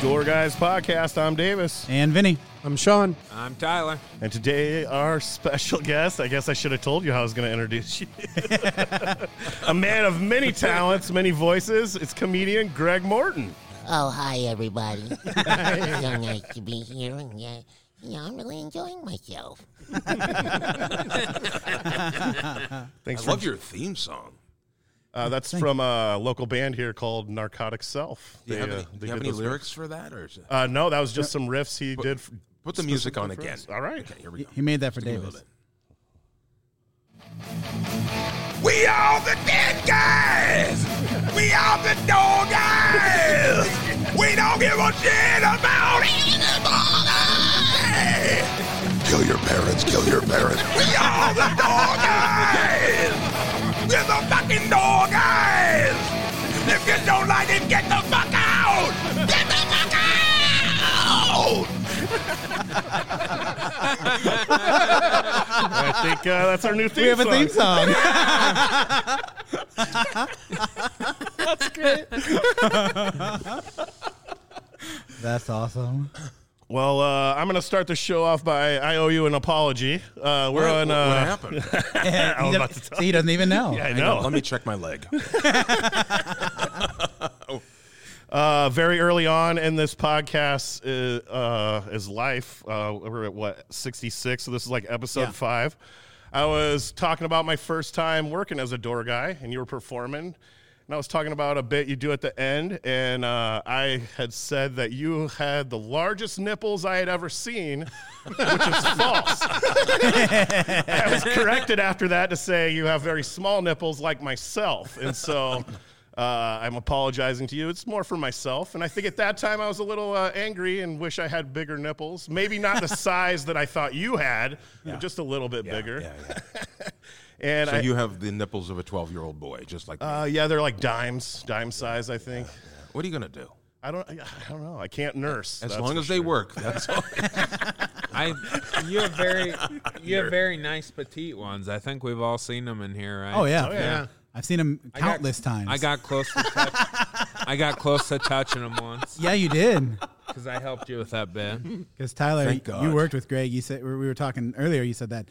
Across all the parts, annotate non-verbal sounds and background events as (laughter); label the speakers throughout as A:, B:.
A: Door Guys Podcast. I'm Davis.
B: And Vinny.
C: I'm Sean.
D: I'm Tyler.
A: And today, our special guest, I guess I should have told you how I was going to introduce you. (laughs) a man of many talents, many voices. It's comedian Greg Morton.
E: Oh, hi, everybody. it's so nice to be here. And, uh, yeah, I'm really enjoying myself.
A: Thanks
D: I
A: for
D: love your theme song.
A: uh, That's from a local band here called Narcotic Self.
D: Do you have
A: They, uh,
D: any, do
A: they
D: you have
A: did
D: any
A: those-
D: lyrics for that, or is it,
A: Uh, no, that was just some riffs he did. f-
D: put the music on
A: for
D: again?
A: us. All
D: (laughs)
A: right.
D: Okay, here we go.
B: He made that for
D: Give me a
B: Davis.
D: little bit. We are the dead guys. We are the dog guys. We don't give a shit about anybody. Kill your parents. Kill your parents. We are the dog guys. We're the fucking dog guys. If you don't like it, get the fuck out. Get the fuck out.
A: I think uh, that's our new theme
B: We have a
A: song.
B: theme song. That's awesome.
A: Well, uh, I'm going to start the show off by I owe you an apology. Uh, we're on.
D: What, what
A: Uh, (laughs)
D: happened?
B: I
A: was about to tell
B: so he doesn't even know.
A: I
D: Hang on,
A: know.
D: Let me check
A: (laughs)
D: my leg.
A: uh, very early on in this podcast is, uh, is life. Uh, we're at what sixty six, so this is like episode five. I was talking about my first time working as a door guy, and you were performing. And I was talking about a bit you do at the end, and uh, I had said that you had the largest nipples I had ever seen, which is false. I was corrected after that to say you have very small nipples like myself. And so uh, I'm apologizing to you. It's more for myself. And I think at that time I was a little uh, angry and wish I had bigger nipples. Maybe not the size that I thought you had, but just a little bit bigger.
D: Yeah,
A: (laughs)
D: yeah.
A: And
D: So
A: I,
D: you have the nipples of a 12 year old boy, just like me.
A: uh, yeah, they're like dimes, dime size, I think.
D: What are you going to do?
A: I don't, I don't know. I can't nurse.
D: As
A: That's
D: long
A: for
D: as they
A: sure.
D: work, that's all.
F: (laughs) I you have
D: (laughs)
F: very you have very nice petite ones. I think we've all seen them in here, right?
B: Oh, yeah.
A: yeah.
B: I've seen him
F: I got-
B: countless times.
F: I got close to touch, I got close to touching them once
B: Yeah, you did.
F: because I helped you with that bit.
B: Because Tyler,
D: Thank
B: you- you
D: God.
B: worked with Greg. You said we were talking earlier. You said that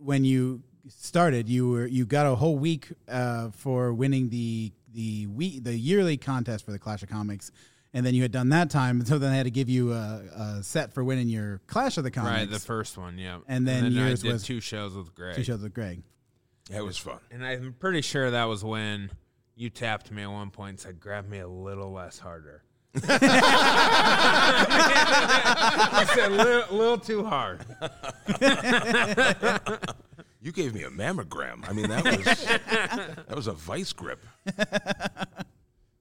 B: when you started, you were you got a whole week uh, for winning the the we the yearly contest for the Clash of Comics, and then you had done that time. (laughs) So then they had to give you a, a set for winning your Clash of the Comics.
F: Right, the first one, yeah.
B: And then
F: I
B: yours
F: did
B: was-
F: two shows with Greg.
B: two shows with Greg.
D: That was fun.
F: And I'm pretty sure that was when you tapped me at one point and said, "Grab me a little
B: (laughs)
F: less harder." (laughs) I said, "Little, little too hard."
D: You gave me a mammogram. I mean,
A: (laughs)
D: that was that was a vice grip. (laughs)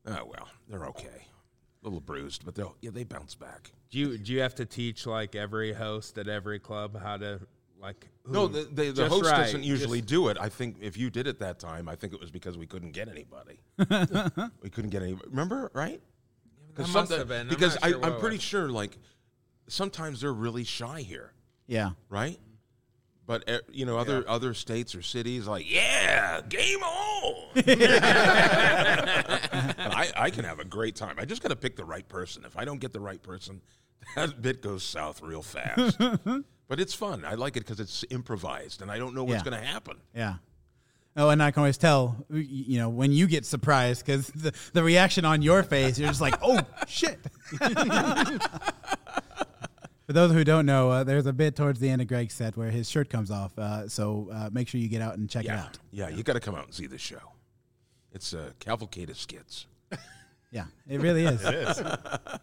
D: Oh well, they're okay. A little bruised, but they'll yeah they bounce back.
F: Do you do you have to teach like every host at every club how to like?
D: No,
F: who-
D: the, the, the
F: just
D: host
F: right,
D: doesn't usually
F: just-
D: do it. I think if you did it that time, I think it was because we couldn't
F: (laughs)
D: get anybody. we couldn't get any. Remember, right?
F: That
D: Because
F: must
D: something-
F: have been. I'm
D: because
F: not
D: I,
F: sure what
D: I'm
F: it
D: pretty
F: was.
D: sure like sometimes they're really shy here.
B: Yeah.
D: right? But uh, you know, other other states or cities like, yeah, game on. I, I can have a great time. I just got to pick the right person. If I don't get the right person, (laughs) that bit goes south real fast. but it's fun. I like it because it's improvised, and I don't know what's
B: Yeah.
D: going to happen.
B: Yeah. Oh, and I can always tell, y- you know, when you get surprised because the, the reaction on your face, you're just like, oh, shit. (laughs) For those who don't know, uh, there's a bit towards the end of Greg's set where his shirt comes off. Uh, so uh, make sure you get out and check it
D: Yeah,
B: out.
D: yeah. You got to come out and see the show. It's a cavalcade of skits.
B: Yeah, it really is.
A: It is.
D: But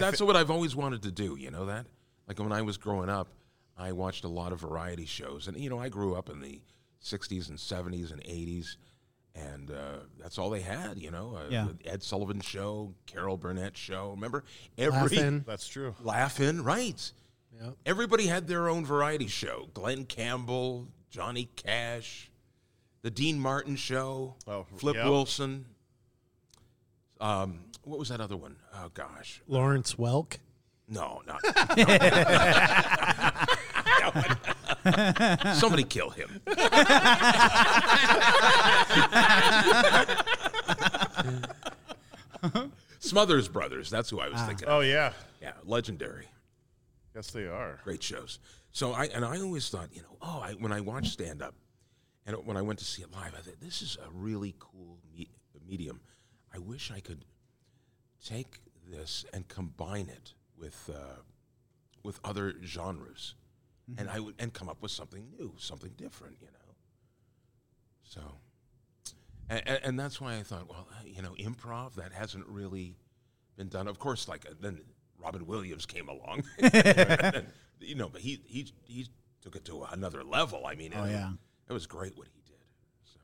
D: that's what I've always wanted to do. You know that? Like when I was growing up, I watched a lot of variety shows, and you know, I grew up in the '60s and '70s and '80s, and uh, that's all they had. You know, uh,
B: Yeah.
D: the Ed Sullivan Show, Carol Burnett Show. Remember every
C: Laugh-In.
A: That's true.
D: Laugh-In, right?
C: Yep.
D: Everybody had their own variety show. Glenn Campbell, Johnny Cash, the Dean Martin Show,
A: Oh,
D: Flip
A: yeah.
D: Wilson. Um, what was that other one? Oh gosh,
C: Lawrence Welk.
D: no, not. (laughs) Somebody kill him. Smothers Brothers. That's who I was thinking.
A: Oh
D: of.
A: yeah,
D: yeah, legendary.
A: yes they are.
D: great shows. So I and I always thought, you know, oh, I, when I watched stand up, and when I went to see it live, I thought this is a really cool me- medium. I wish I could take this and combine it with uh, with other genres, and I would and come up with something new, something different, you know. So, and, and that's why I thought, well, uh, you know, improv that hasn't really been done. Of course, like uh, then Robin Williams came
B: (laughs)
D: along, (laughs) you know, but he he he took it to another level. I mean,
B: Oh,
D: it,
B: yeah.
D: it was great what he did. So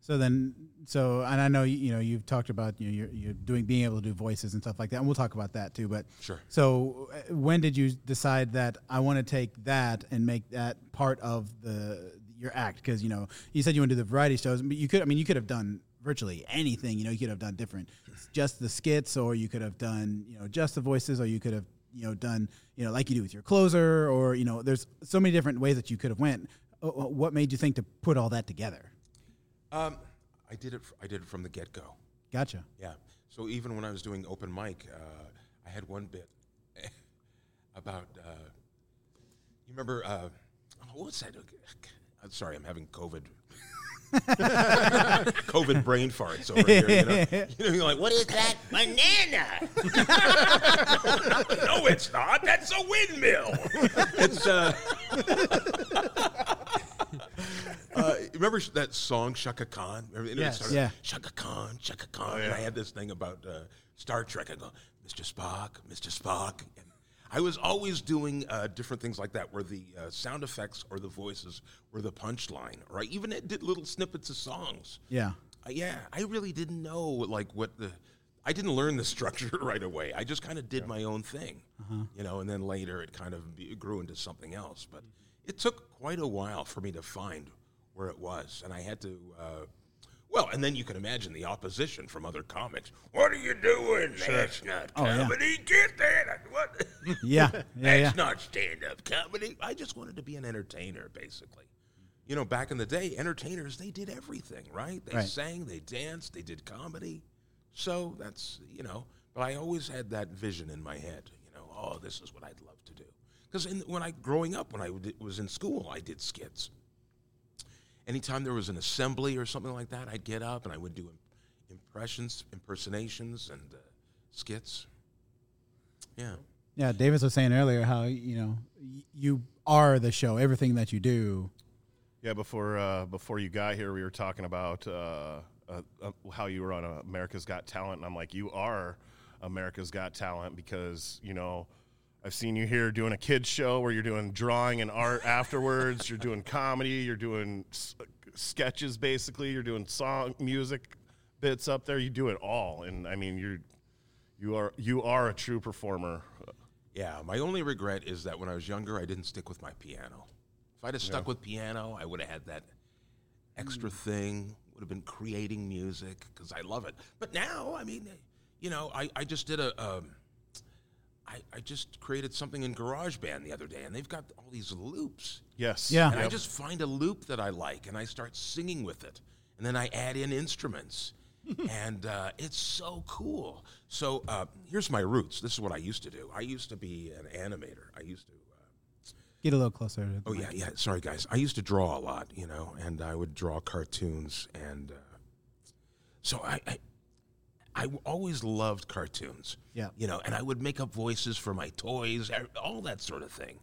B: So then, so and I know you you know you've talked about you know, you're you're doing being able to do voices and stuff like that, and we'll talk about that too. But
D: Sure.
B: So uh, when did you decide that I want to take that and make that part of the your act? Because you know you said you want to do the variety shows, but you could I mean you could have done virtually anything. You know you could have done different, just the skits, or you could have done you know just the voices, or you could have you know done you know like you do with your closer, or you know there's so many different ways that you could have went. Uh, uh, What made you think to put all that together?
D: um, I did it. fr- I did it from the get go.
B: Gotcha.
D: Yeah. So even when I was doing open mic, uh, I had one bit (laughs) about. Uh, you remember? Uh, oh, what was that? I'm sorry, I'm having COVID. (laughs) COVID brain farts over here. You
B: (laughs)
D: know, you know you're like, what?
G: What is that? Banana!
D: (laughs) No, it's not. That's a windmill. (laughs) it's. Uh, (laughs) uh, remember sh- that song Shaka Khan? Remember, and it
B: Yes.
D: started,
B: Yeah.
D: Shaka Khan, Shaka Khan. And I had this thing about uh, Star Trek. I go, Mr. Spock, Mr. Spock. And I was always doing uh, different things like that, where the uh, sound effects or the voices were the punchline, or I even did little snippets of songs.
B: Yeah.
D: Uh, yeah, I really didn't know like what the. I didn't learn the (laughs) structure right away. I just kind of did my own thing, you know. And then later, it kind of be- grew into something else. But it took quite a while for me to find where it was, and I had to. Uh, well, and then you can imagine the opposition from other comics. What are you doing? That's not
B: yeah.
D: comedy. Get that? What? (laughs)
B: Yeah. Yeah.
D: That's (laughs)
B: yeah.
D: not stand-up comedy. I just wanted to be an entertainer, basically. You know, back in the day, entertainers they did everything, right? They
B: Right.
D: sang, they danced, they did comedy. So that's you know. But I always had that vision in my head. You know, oh, this is what I'd love to do. Because when I growing up, when I w- was in school, I did skits anytime there was an assembly or something like that, I'd get up and I would do im- impressions, impersonations, and uh, skits. Yeah.
B: Yeah, Davis was saying earlier how you know y- you are the show. Everything that you do.
A: Yeah, before uh, before you got here, we were talking about uh, uh, uh, how you were on uh, America's Got Talent, and I'm like, you are America's Got Talent because you know I've seen you here doing a kids show where you're doing drawing and art afterwards. you're doing comedy. You're doing s- sketches, basically. You're doing song music bits up there. You do it all, and I mean, you're you are you are a true performer.
D: Yeah. My only regret is that when I was younger, I didn't stick with my piano. If I'd have stuck with piano, I would have had that extra thing, would have been creating music because I love it. But now, I mean, you know, I, I just did a. Um, I, I just created something in GarageBand the other day, and they've got all these loops.
A: Yes.
B: Yeah.
D: And I
A: Yep.
D: just find a loop that I like and I start singing with it. And then I add in instruments. and uh, it's so cool. So uh, here's my roots. This is what I used to do. I used to be an animator. I used to. Uh,
B: Get a little closer. to the
D: Oh
B: mic.
D: yeah, yeah. Sorry guys, I used to draw a lot, you know, and I would draw cartoons, and uh, so I, I, I w- always loved cartoons.
B: Yeah.
D: you know, and I would make up voices for my toys, e- all that sort of thing.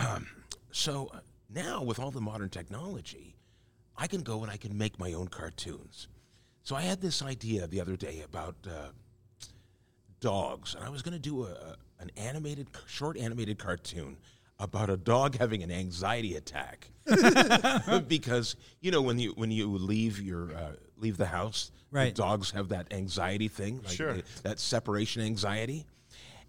D: Um, so uh, now with all the modern technology, I can go and I can make my own cartoons. So I had this idea the other day about. Uh, dogs, and I was going to do a, a- an animated, short animated cartoon about a dog having an anxiety attack because you know when you when you leave your uh, leave the house,
B: Right.
D: The dogs have that anxiety thing, like
A: Sure.
D: they- that separation anxiety.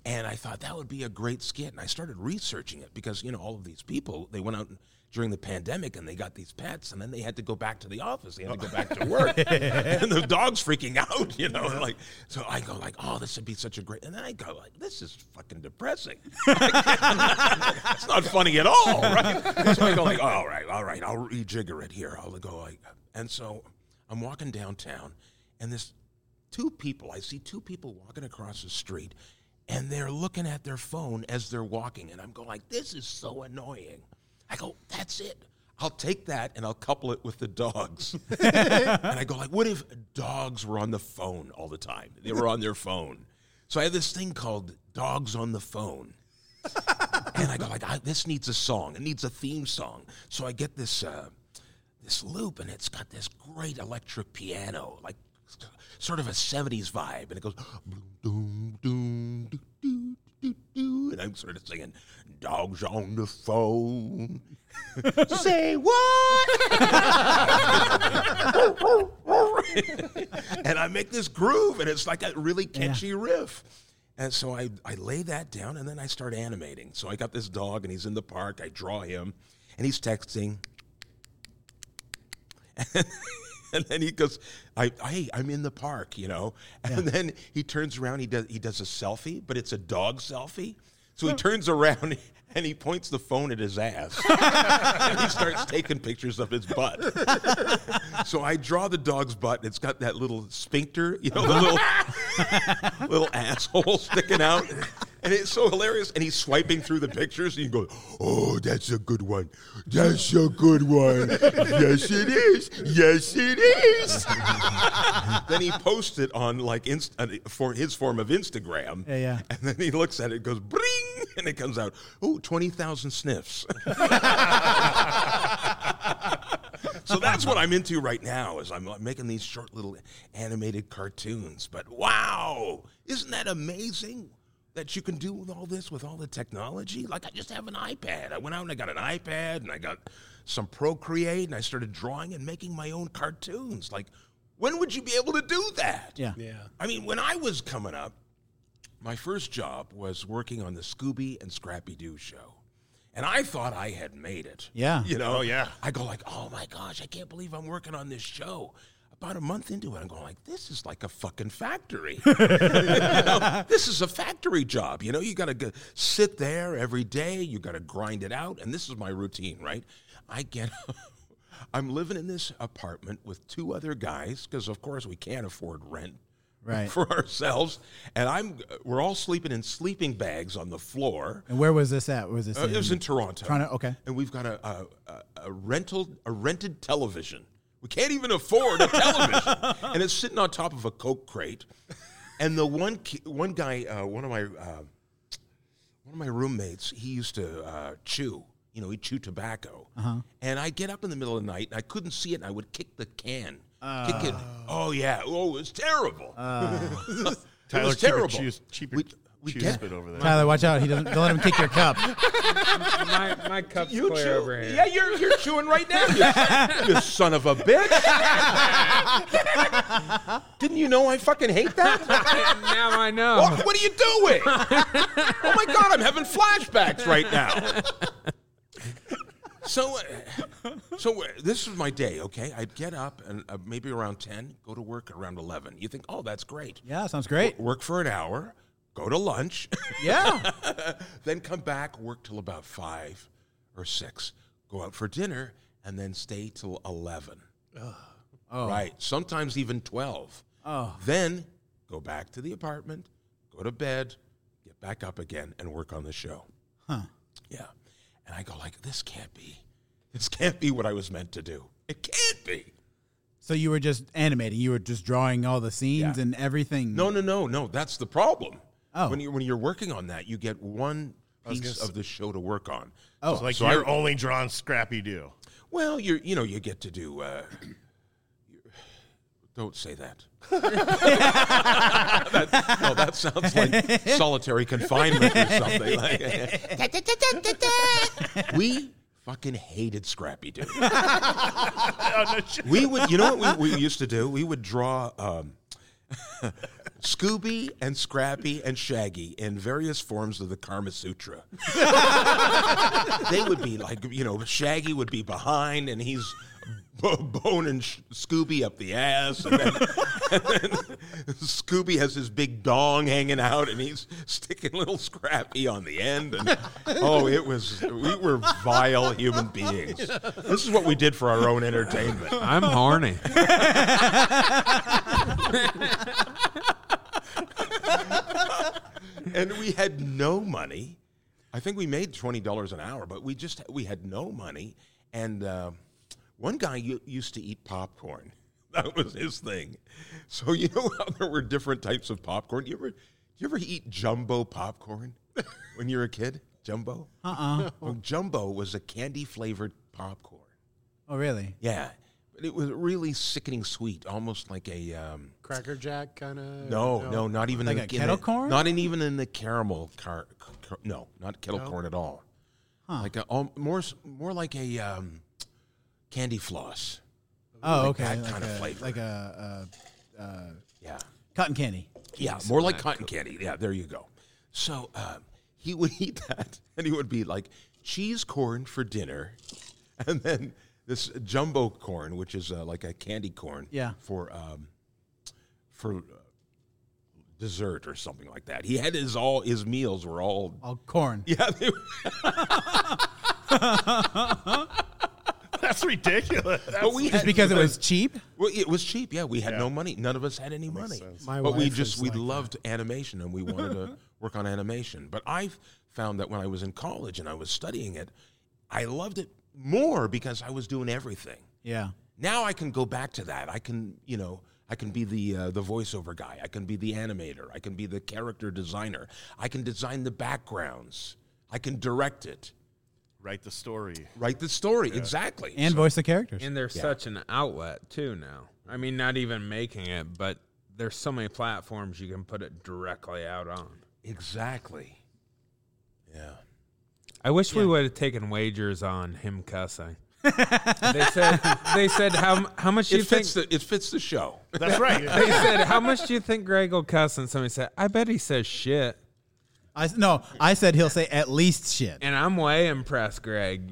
D: And I thought that would be a great skit, and I started researching it because you know all of these people they went out during the pandemic and they got these pets, and then they had to go back to the office, they had to go back to work, and the dog's freaking out, you know, like so I go like, oh, this would be such a great, and then I go like, this is fucking depressing. It's not funny at all, right? so I go like, all right, all right, I'll rejigger it here. I'll go like, and so I'm walking downtown, and this two people. I see two people walking across the street, and they're looking at their phone as they're walking, and I'm going like, "This is so annoying." I go, "That's it." I'll take that and I'll couple it with the dogs. and I go like, what if dogs were on the phone all the time? They were on their phone. So I have this thing called dogs on the phone. and I go like, I, this needs a song. It needs a theme song. So I get this uh, this loop, and it's got this great electric piano, like sort of a '70s vibe, and it goes doom doom doom doom doom doom, and I'm sort of singing, "Dogs on the phone, (laughs) say what?" (laughs) and I make this groove, and it's like a really catchy riff. And so I, I lay that down, and then I start animating. So I got this dog, and he's in the park. I draw him, and he's texting. (laughs) And then he goes, I, I, I'm in the park, you know. And then he turns around, he does, he does a selfie, but it's a dog selfie. So he turns around (laughs) and he points the phone at his ass. and (laughs) he starts taking pictures of his butt. so I draw the dog's butt. and It's got that little sphincter, you know, the little (laughs) little asshole sticking out. And it's so hilarious. And he's swiping through the pictures and you go, Oh, that's a good one. That's a good one. Yes, it is. Yes, it is. (laughs) then he posts it on like inst- uh, for his form of Instagram.
B: Yeah, yeah.
D: And then he looks at it, goes, Bring! And it comes out, Ooh, 20,000 sniffs. So that's what I'm into right now is I'm uh, making these short little animated cartoons. But wow, isn't that amazing that you can do with all this with all the technology? Like I just have an iPad. I went out and I got an iPad and I got some Procreate and I started drawing and making my own cartoons. Like when would you be able to do that?
B: Yeah.
C: Yeah.
D: I mean, when I was coming up, my first job was working on the Scooby and Scrappy Doo show. And I thought I had made it.
B: Yeah.
D: You know?
A: Oh, yeah.
D: I go like, oh my gosh, I can't believe I'm working on this show. About a month into it, I'm going like, this is like a fucking factory. (laughs) You know? This is a factory job. You know, you got to go, sit there every day. You got to grind it out. And this is my routine, right? I get, (laughs) I'm living in this apartment with two other guys because, of course, we can't afford rent
B: Right.
D: for ourselves. And I'm, we're all sleeping in sleeping bags on the floor.
B: And where was this at? Was this?
D: Uh, it was in Toronto.
B: Toronto, okay.
D: And we've got a, a, a, a rental a rented television. We can't even afford a television, and it's sitting on top of a coke crate. And the one ki- one guy, uh, one of my uh, one of my roommates, he used to uh, chew. You know, he chewed tobacco. And I get up in the middle of the night, and I couldn't see it, and I would kick the can. Kick it. Oh yeah. Oh, it was terrible. (laughs) it
A: Tyler
D: was
A: cheaper
D: terrible.
A: chews- cheaper
D: we, we
A: chew
D: get-
A: spit over there.
B: Tyler, watch out! He doesn't. Don't let him kick your
D: (laughs)
B: cup.
F: (laughs) my my cup's
D: You
F: clear
D: chew?
F: over here.
D: Yeah, you're you're chewing right now. (laughs) You, you son of a bitch. (laughs) Didn't you know I fucking hate that? (laughs)
F: (laughs) now I know.
D: What, what are you doing? oh my god, I'm having flashbacks right now. (laughs) So, uh, so uh, this was my day. Okay, I'd get up and uh, maybe around ten, go to work around eleven. You think, oh, that's great.
B: Yeah, sounds great.
D: Work for an hour, go to lunch.
B: Yeah.
D: then come back, work till about five or six, go out for dinner, and then stay till 11. Right. Sometimes even 12.
B: Oh.
D: Then go back to the apartment, go to bed, get back up again, and work on the show.
B: Huh.
D: Yeah. And I go like, this can't be. This can't be what I was meant to do. It can't be.
B: So you were just animating. You were just drawing all the scenes and everything.
D: No, no, no, no. That's the problem.
B: Oh.
D: When, you, when you're working on that, you get one piece of the show to work on.
B: Oh.
A: It's like
D: So I-
A: you're only drawing Scrappy Doo.
D: Well, you're you know you get to do. Uh, (clears throat) you're- don't say that. (laughs) that. No, that sounds like solitary confinement or something. Like,
E: Da, da, da, da, da, da.
D: we fucking hated Scrappy Doo.
A: (laughs) Oh, no, shit.
D: We would, you know what we, we used to do? We would draw um, Scooby and Scrappy and Shaggy in various forms of the Karma Sutra. they would be like, you know, Shaggy would be behind and he's bo- boning Sh- Scooby up the ass. And then, and then (laughs) Scooby has his big dong hanging out and he's sticking little Scrappy on the end. And oh, it was, we were vile human beings. This is what we did for our own entertainment.
F: I'm horny.
D: and we had no money. I think we made twenty dollars an hour, but we just we had no money. And uh, one guy u- used to eat popcorn. (laughs) That was his thing. So you know how there were different types of popcorn. You ever you ever eat jumbo popcorn (laughs) when you were a kid? Jumbo. Uh uh (laughs) Well, jumbo was a candy flavored popcorn.
B: Oh, really?
D: Yeah, but it was really sickening sweet, almost like a. Um,
C: Cracker Jack kind of.
D: no, no, not even
B: Like
D: in
B: a
D: the, in
B: kettle
D: the-
B: corn?
D: Not in, even in the caramel car. c- c- no, not kettle corn at all. Like a, al- more, s- more like a um, candy floss.
B: Oh, okay.
D: that
B: like
D: kind of
B: a,
D: flavor.
B: Like a uh, uh,
D: Yeah,
B: cotton candy.
D: yeah, more like cotton candy. Yeah, there you go. So um, he would (laughs) eat that, and he would be like cheese corn for dinner, (laughs) and then this jumbo corn, which is uh, like a candy corn.
B: Yeah.
D: for um, for. Uh, dessert or something like that. He had his all his meals were all
B: All corn.
D: Yeah,
B: (laughs)
D: they were,
A: That's ridiculous.
D: but we
B: Just
D: had,
B: because it
D: (laughs)
B: was cheap?
D: well, it was cheap. Yeah, we had no money. None of us had any money.
C: My
D: but we
C: wife
D: just
C: is
D: we
C: like
D: loved animation and we wanted to
C: (laughs)
D: work on animation. But I found that when I was in college and I was studying it, I loved it more because I was doing everything.
B: Yeah.
D: Now I can go back to that. I can, you know, I can be the uh, the voiceover guy. I can be the animator. I can be the character designer. I can design the backgrounds. I can direct it.
A: Write the story.
D: Write the story exactly.
B: And voice the characters.
F: (laughs) And there's such an outlet too now. I mean, not even making it, but there's so many platforms you can put it directly out on.
D: exactly. Yeah.
F: I wish we would have taken wagers on him cussing. (laughs) they said they said how how much do you
D: It
F: think
D: fits the it fits the show.
A: That's right.
D: (laughs)
F: they said how much do you think Greg will cuss and somebody said I bet he says shit
B: I s no, I said he'll say at least shit.
F: and I'm way impressed Greg.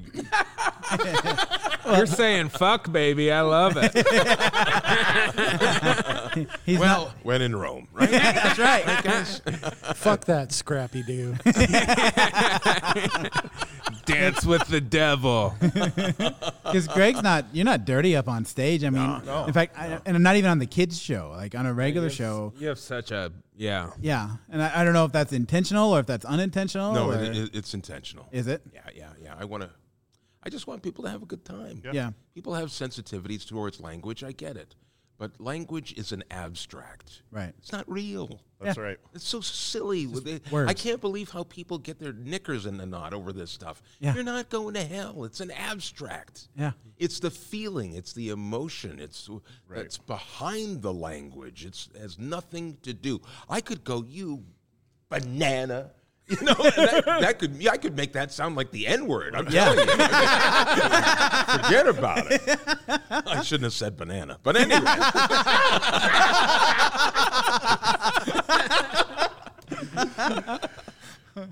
F: You're saying fuck baby, I love it. (laughs)
B: He's
D: Well, when in Rome, right?
B: not, that's right.
C: Fuck that scrappy do. (laughs)
F: Dance with the devil.
B: Because Greg's not, you're not dirty up on stage. I mean, in fact, I, and I'm not even on the kids' show, like on a regular show.
F: You have such a yeah.
B: Yeah. And I, I don't know if that's intentional or if that's unintentional.
D: no,
B: or,
D: it, it, it's intentional.
B: is it?
D: yeah, yeah, yeah. I want to. I just want people to have a good time.
B: Yeah.
D: People have sensitivities towards language. I get it, but language is an abstract.
B: Right.
D: It's not real.
A: That's right.
D: It's so silly. with it.
B: words.
D: I can't believe how people get their knickers in a knot over this stuff.
B: Yeah.
D: You're not going to hell. It's an abstract.
B: Yeah.
D: It's the feeling. It's the emotion. It's that's behind the language. It's has nothing to do. I could go you banana. (laughs) You know that, that could I could make that sound like the N word. I'm telling you. (laughs) Forget about it. I shouldn't have said banana, but anyway.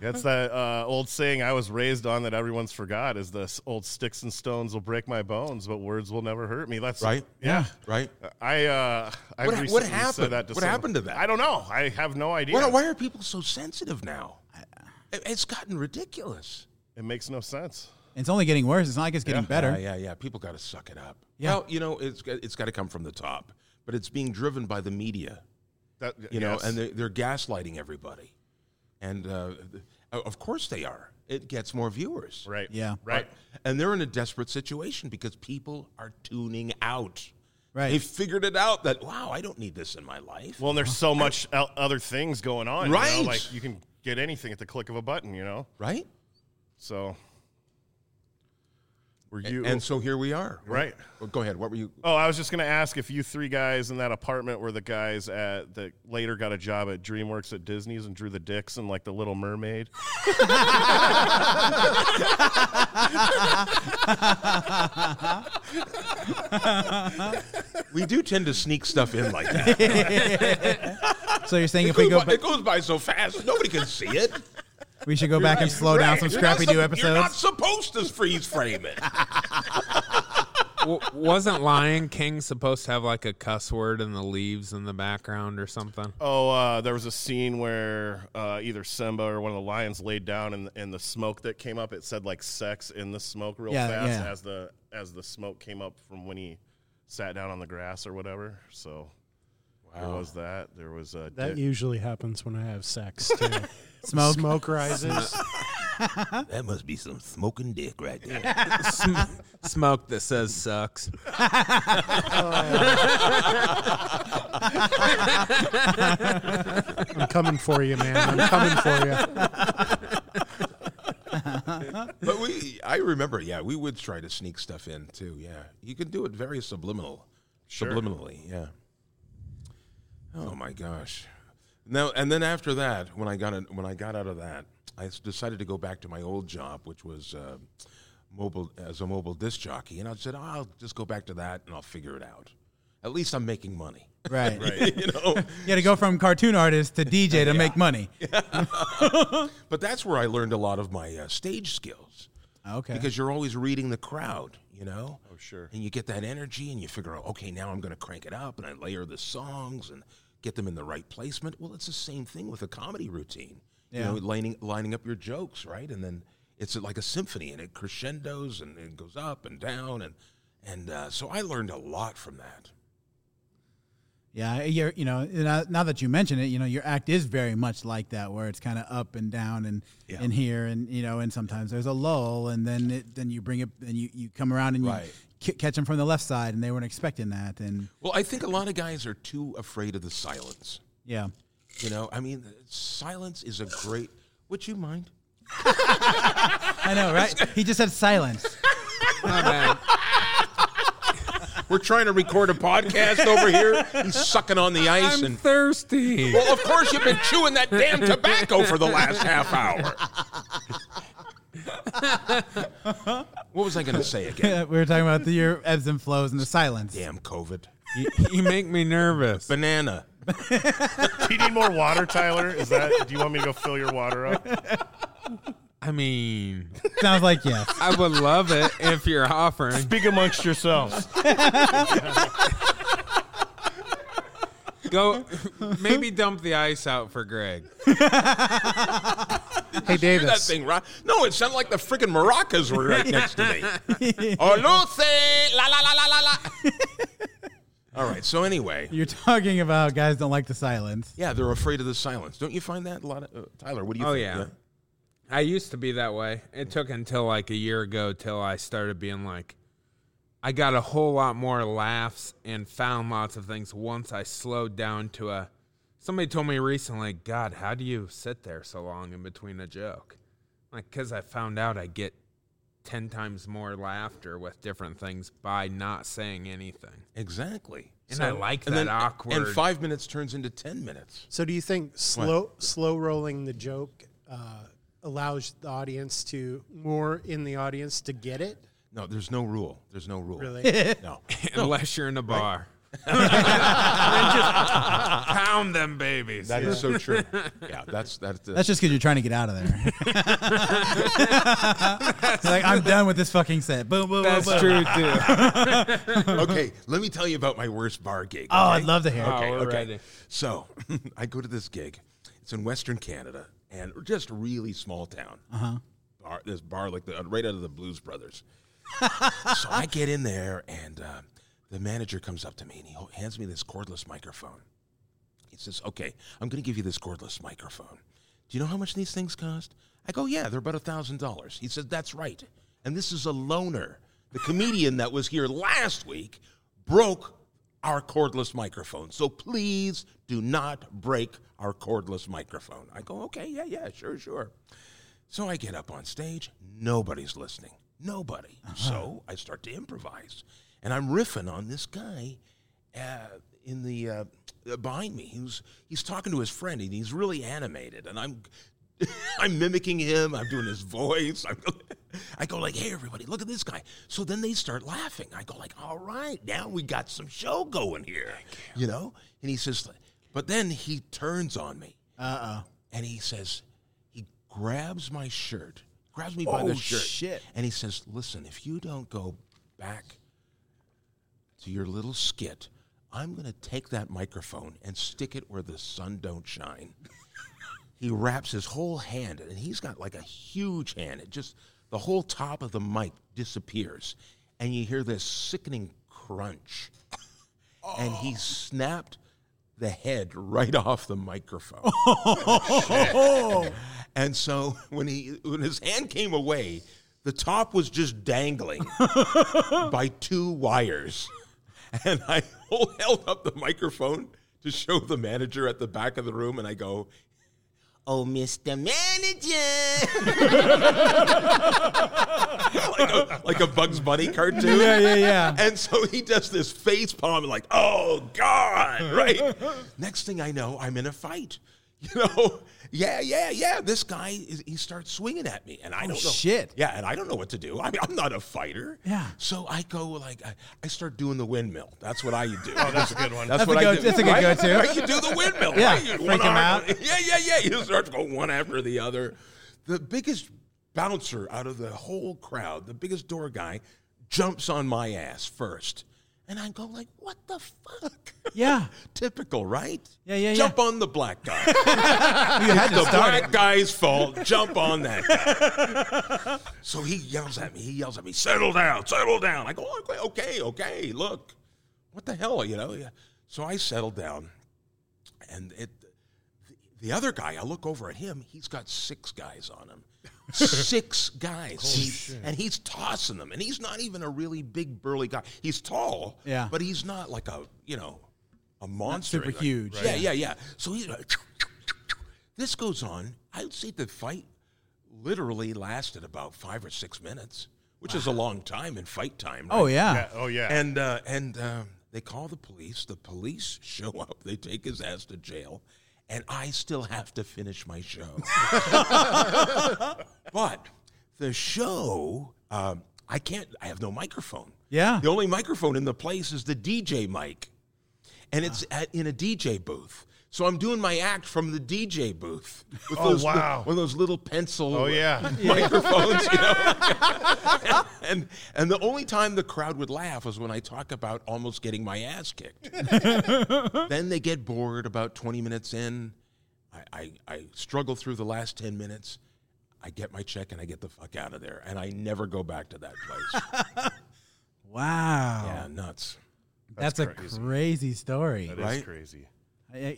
A: That's that uh, old saying I was raised on that everyone's forgot is this old sticks and stones will break my bones, but words will never hurt me. That's
D: Right.
A: Yeah.
D: Right.
A: I uh, I
D: What- what
A: recently Said
D: happened?
A: that to
D: What
A: someone.
D: happened to that?
A: I don't know. I have no idea.
D: Why, why are people so sensitive now? It- It's gotten ridiculous.
A: It makes no sense.
B: It's only getting worse. It's not like it's getting better.
D: Yeah, yeah, yeah. People got to suck it up. Yeah. Well, you know, it's it's got to come from the top, but it's being driven by the media.
A: That
D: You know,
A: yes.
D: and they're, they're gaslighting everybody, and uh, th- of course they are. It gets more viewers, Uh,
A: right.
B: Yeah.
A: Right.
D: And they're in a desperate situation because people are tuning out.
B: Right.
D: They figured it out that wow, I don't need this in my life.
A: Well, and there's so much el- other things going on. you know,
D: Right.
A: Like you can get anything at the click of a button. You know.
D: right.
A: So. Were you
D: And so here we are.
A: right?
D: Well, go ahead. What were you?
A: Oh, I was just going to ask if you three guys in that apartment were the guys at that later got a job at DreamWorks at Disney's and drew the dicks and like the Little Mermaid.
D: We do tend to sneak stuff in like that.
B: So you're saying if we
D: It
B: go,
D: goes, by,
B: ba-
D: it goes by so fast, nobody can see it.
B: we should go (laughs) back and slow down
D: Right.
B: some
D: You're not
B: Scrappy Doo
D: sup- You're not (laughs)
B: episodes?
D: supposed to freeze frame it.
F: W- wasn't Lion King supposed to have like a cuss word in the leaves in the background or something?
A: Oh, uh, there was a scene where uh, either Simba or one of the lions laid down and and the smoke that came up. It said like sex in the smoke real
B: Yeah,
A: fast
B: yeah.
A: as the as the smoke came up from when he sat down on the grass or whatever. So There was that. There was uh,
C: That
A: Dick-
C: usually happens when I have sex. Too.
B: Smoke.
C: (laughs) Smoke rises.
D: (laughs) That must be some smoking dick right there.
F: Sm- (laughs) smoke that says sucks.
C: I'm coming for you, man. I'm coming for you.
D: but we, I remember, yeah, we would try to sneak stuff in too. Yeah, you could do it very subliminal, subliminally. Yeah. Oh my gosh. Now and then after that, when I got in, when I got out of that, I s- decided to go back to my old job, which was uh, mobile as a mobile disc jockey, and I said, I'll just go back to that and I'll figure it out. At least I'm making money. (laughs)
B: Right. (laughs) right.
D: you know.
B: You had to go from cartoon artist to DJ to make money.
D: But that's where I learned a lot of my uh, stage skills.
B: Okay.
D: Because you're always reading the crowd, you know? Oh,
A: sure.
D: And you get that energy and you figure out, okay, now I'm going to crank it up and I layer the songs and get them in the right placement. Well, it's the same thing with a comedy routine.
B: Yeah.
D: You know, lining, lining up your jokes, right? And then it's like a symphony and it crescendos and it goes up and down. And, and uh, so I learned a lot from that.
B: Yeah, you're, you know, now, now that you mention it, you know, your act is very much like that, where it's kind of up and down and
D: Yeah.
B: and here and you know, and sometimes there's a lull, and then it, then you bring it, and you, you come around and you
D: Right.
B: ca- catch them from the left side, and they weren't expecting that, and
D: Well, I think a lot of guys are too afraid of the silence.
B: yeah,
D: You know, I mean, silence is a great. Would you mind?
B: I know, right?
D: (laughs)
B: he just said silence. (laughs)
F: My bad.
D: We're trying to record a podcast over here. He's sucking on the
F: (laughs)
D: ice
F: I'm
D: and.
F: thirsty.
D: (laughs) Well, of course you've been chewing that damn tobacco for the last half hour. what was I going to say
B: we
D: again?
B: were talking about the, your ebbs and flows and the silence.
D: Damn COVID.
F: You, you make me nervous.
D: Banana.
A: Do you need more water, Tyler? Is that? Do you want me to go fill your water up?
F: I mean,
B: Sounds like yes.
F: I would love it if you're offering.
A: Speak amongst yourselves.
F: Go, maybe dump the ice out for Greg.
C: Hey,
D: Hear that
C: Davis.
D: thing, right? No, it sounded like the freaking maracas were right next to me. (laughs) Oluce, la la la la la la. (laughs) All right. So anyway,
B: You're talking about guys don't like the silence.
D: yeah, they're afraid of the silence. Don't you find that a lot? Of, uh, Tyler, what do you?
F: Oh
D: think?
F: yeah. I used to be that way. It took until like a year ago till I started being like I got a whole lot more laughs and found lots of things once I slowed down to a Somebody told me recently, "God, how do you sit there so long in between a joke?" Like cuz I found out I get 10 times more laughter with different things by not saying anything.
D: Exactly.
F: And I like that awkward.
D: And five minutes turns into ten minutes.
C: So, do you think slow slow rolling the joke uh, allows the audience to more in the audience to get it?
D: No, there's no rule. There's no rule.
C: Really?
D: (laughs) (laughs) No.
F: unless you're in a
D: (laughs)
F: bar. then just pound them babies.
D: That is so
B: (laughs)
D: true. Yeah, that's that's the,
B: That's just because you're trying to get out of
D: (laughs)
B: there. (laughs) You're like I'm done with this fucking set. Boom, boom, boom, boom.
F: That's true
B: (laughs)
F: too.
D: okay. Let me tell you about my worst bar gig.
B: Oh, I'd love to hear. it.
F: Oh, we're
D: okay.
F: ready.
D: So (laughs) I go to this gig. It's in Western Canada and just a really small town. Uh-huh. Bar, this bar, like the, right out of the Blues
B: (laughs)
D: Brothers. so I get in there, and uh, the manager comes up to me and he ho- hands me this cordless microphone. He says, "Okay, I'm going to give you this cordless microphone. Do you know how much these things cost?" I go, "Yeah, they're about a thousand dollars." He says, "That's right." And this is a loner. The comedian that was here last week broke our cordless microphone. So please do not break our cordless microphone. I go, "Okay, yeah, yeah, sure, sure." So I get up on stage. Nobody's listening. Nobody. So I start to improvise, and I'm riffing on this guy uh, in the uh, uh, behind me. He's he's talking to his friend, and he's really animated, and I'm. (laughs) I'm mimicking him. I'm doing his voice. I'm, (laughs) I go like, "Hey, everybody, look at this guy." So then they start laughing. I go like, "All right, now we got some show going here," you know. And he says, but then he turns on me and he says, he grabs my shirt, grabs me by the shirt,
B: shit.
D: and he says, "Listen, if you don't go back to your little skit, I'm going to take that microphone and stick it where the sun don't shine." (laughs) he wraps his whole hand, and he's got like a huge hand. It just the whole top of the mic disappears, and you hear this sickening crunch and he snapped the head right off the microphone. and so when he when his hand came away, the top was just dangling by two wires. (laughs) And I held up the microphone to show the manager at the back of the room and I go,
E: Oh, Mr. Manager.
D: (laughs) like a, like a Bugs Bunny cartoon.
B: Yeah, yeah, yeah.
D: And so he does this face palm, like, oh God, right?
B: (laughs)
D: Next thing I know, I'm in a fight. (laughs) You know, yeah, yeah, yeah. This guy, is, he starts swinging at me, and I don't know.
B: Oh, shit.
D: Yeah, and I don't know what to do. I mean, I'm not a fighter.
B: Yeah.
D: So I go like, I, I start doing the windmill. That's what I do.
A: Oh, that's a good one.
D: That's,
B: That's
D: what
B: a go-
D: I do.
B: that's a good
D: right?
B: go-to.
D: Right? You do the windmill.
B: Yeah,
D: right? You-
B: freak
D: one
B: him
D: arm-
B: out.
D: (laughs) yeah, yeah, yeah. You start to go one after the other. The biggest bouncer out of the whole crowd, the biggest door guy, jumps on my ass first. And I go like, what the fuck?
B: (laughs)
D: (laughs)
B: Yeah.
D: Typical, right?
B: Yeah, yeah,
D: Jump
B: yeah.
D: on the black guy. it's
B: (laughs) You had to
D: the
B: start
D: black guy's fault. Jump on that guy. so he yells at me. He yells at me, settle down, settle down. I go, okay, okay, okay, look. What the hell, you know? Yeah. So I settle down. And it, the other guy, I look over at him, he's got six guys
B: (laughs)
D: on him. six guys. He- and he's tossing them. And he's not even a really big, burly guy. He's tall,
B: Yeah.
D: but he's not like a, you know, a monster.
B: super
D: Like-
B: huge,
D: Yeah, yeah, yeah. So he's like, this goes on. I would say the fight literally lasted about five or six minutes, which is a long time in fight time.
B: Oh
D: right?
A: Yeah,
B: yeah.
A: oh yeah.
D: And uh, and um, they call the police. The police show (laughs) up. They take his ass to jail, and I still have to finish
A: (laughs)
D: my show. but the show, um, I can't. I have no microphone.
B: Yeah.
D: The only microphone in the place is the DJ mic, and it's at, in a DJ booth. So I'm doing my act from the DJ booth with
A: Oh,
D: those li-
A: wow.
D: one of those little pencil
A: oh
D: (laughs)
A: yeah.
D: microphones, you know. (laughs) and and the only time the crowd would laugh was when I talk about almost getting my
A: (laughs)
D: ass kicked. then they get bored about 20 minutes in. I, I, I struggle through the last 10 minutes. I get my check and I get the fuck out of there. And I never go back to that
A: (laughs)
D: place.
A: Oh.
B: Wow.
D: yeah, nuts.
B: That's, a
A: crazy.
B: crazy, story.
A: That is
D: Right?
A: crazy.
B: I- I- I-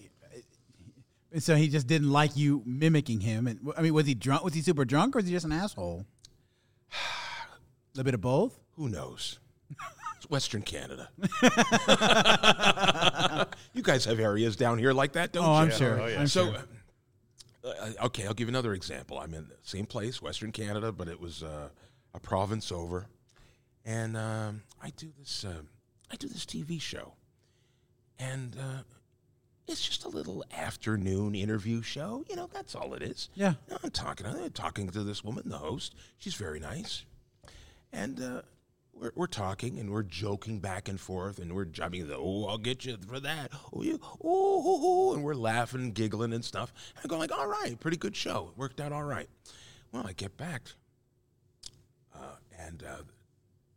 B: so he just didn't like you mimicking him. And I mean, was he drunk? Was he super drunk, or is he just an asshole? (sighs) A little bit of both.
D: Who knows? It's
A: (laughs)
D: Western Canada. (laughs) you guys have areas down here like that, don't
B: Oh,
D: you?
B: I'm sure.
A: oh, yeah.
B: I'm
D: So,
B: sure.
D: uh, uh, okay, I'll give you another example. I'm in the same place, Western Canada, but it was uh, a province over, and um, I do this. Uh, I do this TV show, and uh, it's just a little afternoon interview show. You know, that's all it is.
B: Yeah.
D: Now I'm talking. I'm talking to this woman, the host. She's very nice, and. Uh, we're, we're talking and we're joking back and forth and we're jumping. Oh, I'll get you for that. Oh, you, oh, oh, oh, and we're laughing, giggling, and stuff. And I go like, all right, pretty good show. It worked out all right. Well, I get back, uh, and uh,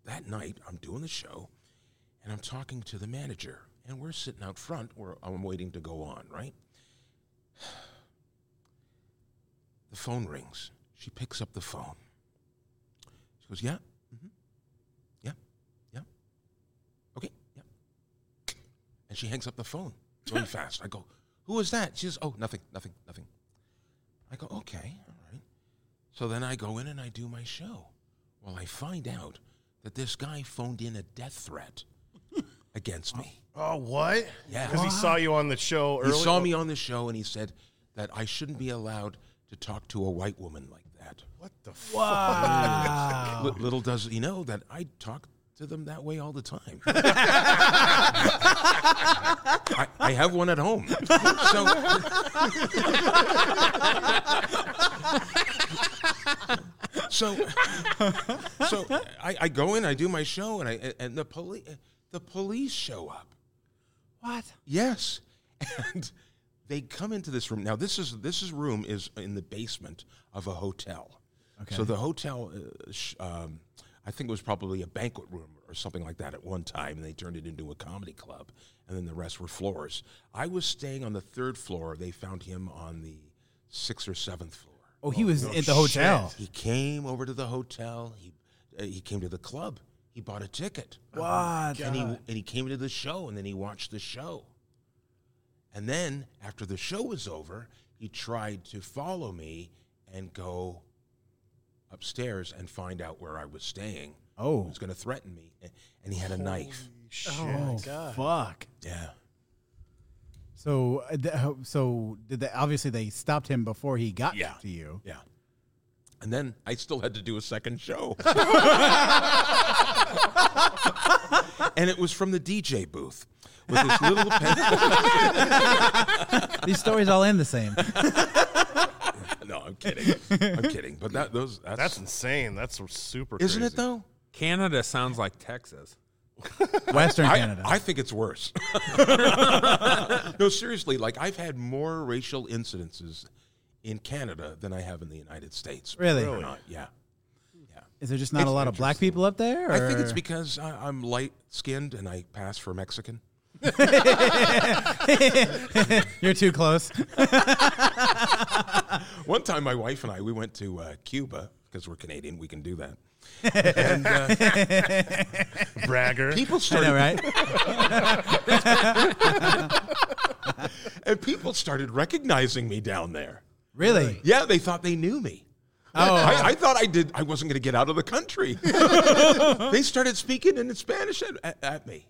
D: that night I'm doing the show, and I'm talking to the manager, and we're sitting out front. Where I'm waiting to go on. Right. (sighs) The phone rings. She picks up the phone. She goes, yeah. mm-hmm. Yeah. Yeah. Okay. Yeah. And she hangs up the phone really fast. I go, Who is that? She says, Oh, nothing, nothing, nothing. I go, Okay. All right. So then I go in and I do my show. Well, I find out that this guy phoned in a death threat against me.
A: Oh what?
D: Yeah.
A: Because he saw you Uh, on the show
D: He
A: earlier.
D: saw me on the show and he said that I shouldn't be allowed to talk to a white woman like that.
A: What the fuck?
D: Li- little does he know that I talk to them that way all the time. I, I have one at home. So, (laughs) so, so I, I go in, I do my show, and I and the police the police show up.
B: What?
D: Yes. (laughs) And they come into this room. Now this is this is room is in the basement of a hotel. Okay. So the hotel, uh, sh- um, I think it was probably a banquet room or something like that at one time, and they turned it into a comedy club, and then the rest were floors. I was staying on the third floor. They found him on the sixth or seventh floor.
B: Oh, he was at the hotel.
D: He came over to the hotel. He uh, he came to the club. He bought a ticket.
B: What?
D: And he and he came to the show, and then he watched the show. And then after the show was over, he tried to follow me and go upstairs and find out where I was staying.
B: Oh.
D: He was going to threaten me. a- And he had a knife.
C: Oh my god!
B: Fuck.
D: Yeah.
B: So, uh, th- uh, so did they, obviously they stopped him before he got
D: Yeah.
B: to you.
D: Yeah. And then I still had to do a
A: (laughs)
D: second show. and it was from the DJ booth with
A: (laughs)
D: this little pen.
B: These stories all end the same.
D: no, I'm kidding. I'm kidding. But that those that's,
A: That's insane. That's super.
D: isn't it
A: crazy.
D: though?
F: Canada sounds like Texas.
B: Western
D: I,
B: Canada.
D: I think it's worse. (laughs) no, seriously, like I've had more racial incidences in Canada than I have in the United States.
B: Really?
D: Or not, Yeah.
B: Is there just not a lot of black people up there?
D: I think it's
B: or-
D: because I, I'm light skinned and I pass for Mexican.
B: you're too close.
D: One time, my wife and I we went to uh, Cuba because we're Canadian. We can do that. and uh,
A: Bragger.
B: (laughs)
D: people
B: I
D: started,
B: know, right? (laughs)
C: (laughs)
D: and people started recognizing me down there.
B: Really?
D: Yeah, they thought they knew me.
B: Oh.
D: I, I thought I did. I wasn't going to get out of
B: (laughs)
D: the country. they started speaking in Spanish at, at,
B: (laughs)
D: at me.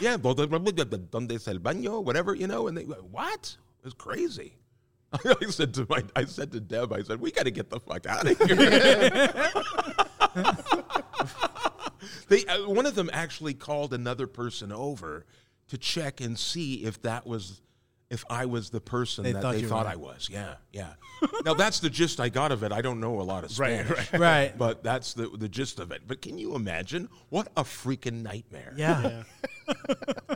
D: yeah, donde es el baño, whatever you know. And they went, what? It was crazy. (laughs) I said to my, I said to Deb, I said, we got to get the fuck out of here.
B: (laughs)
D: they, uh, one of them actually called another person over to check and see if that was, if I was the person
B: They
D: that
B: thought
D: they
B: you
D: thought
B: were.
D: I was. Yeah, yeah. now that's the gist I got of it. I don't know a lot of
A: Right,
D: Spanish,
A: right.
B: Right.
D: But that's the the gist of it. But can you imagine what a freaking nightmare?
B: Yeah.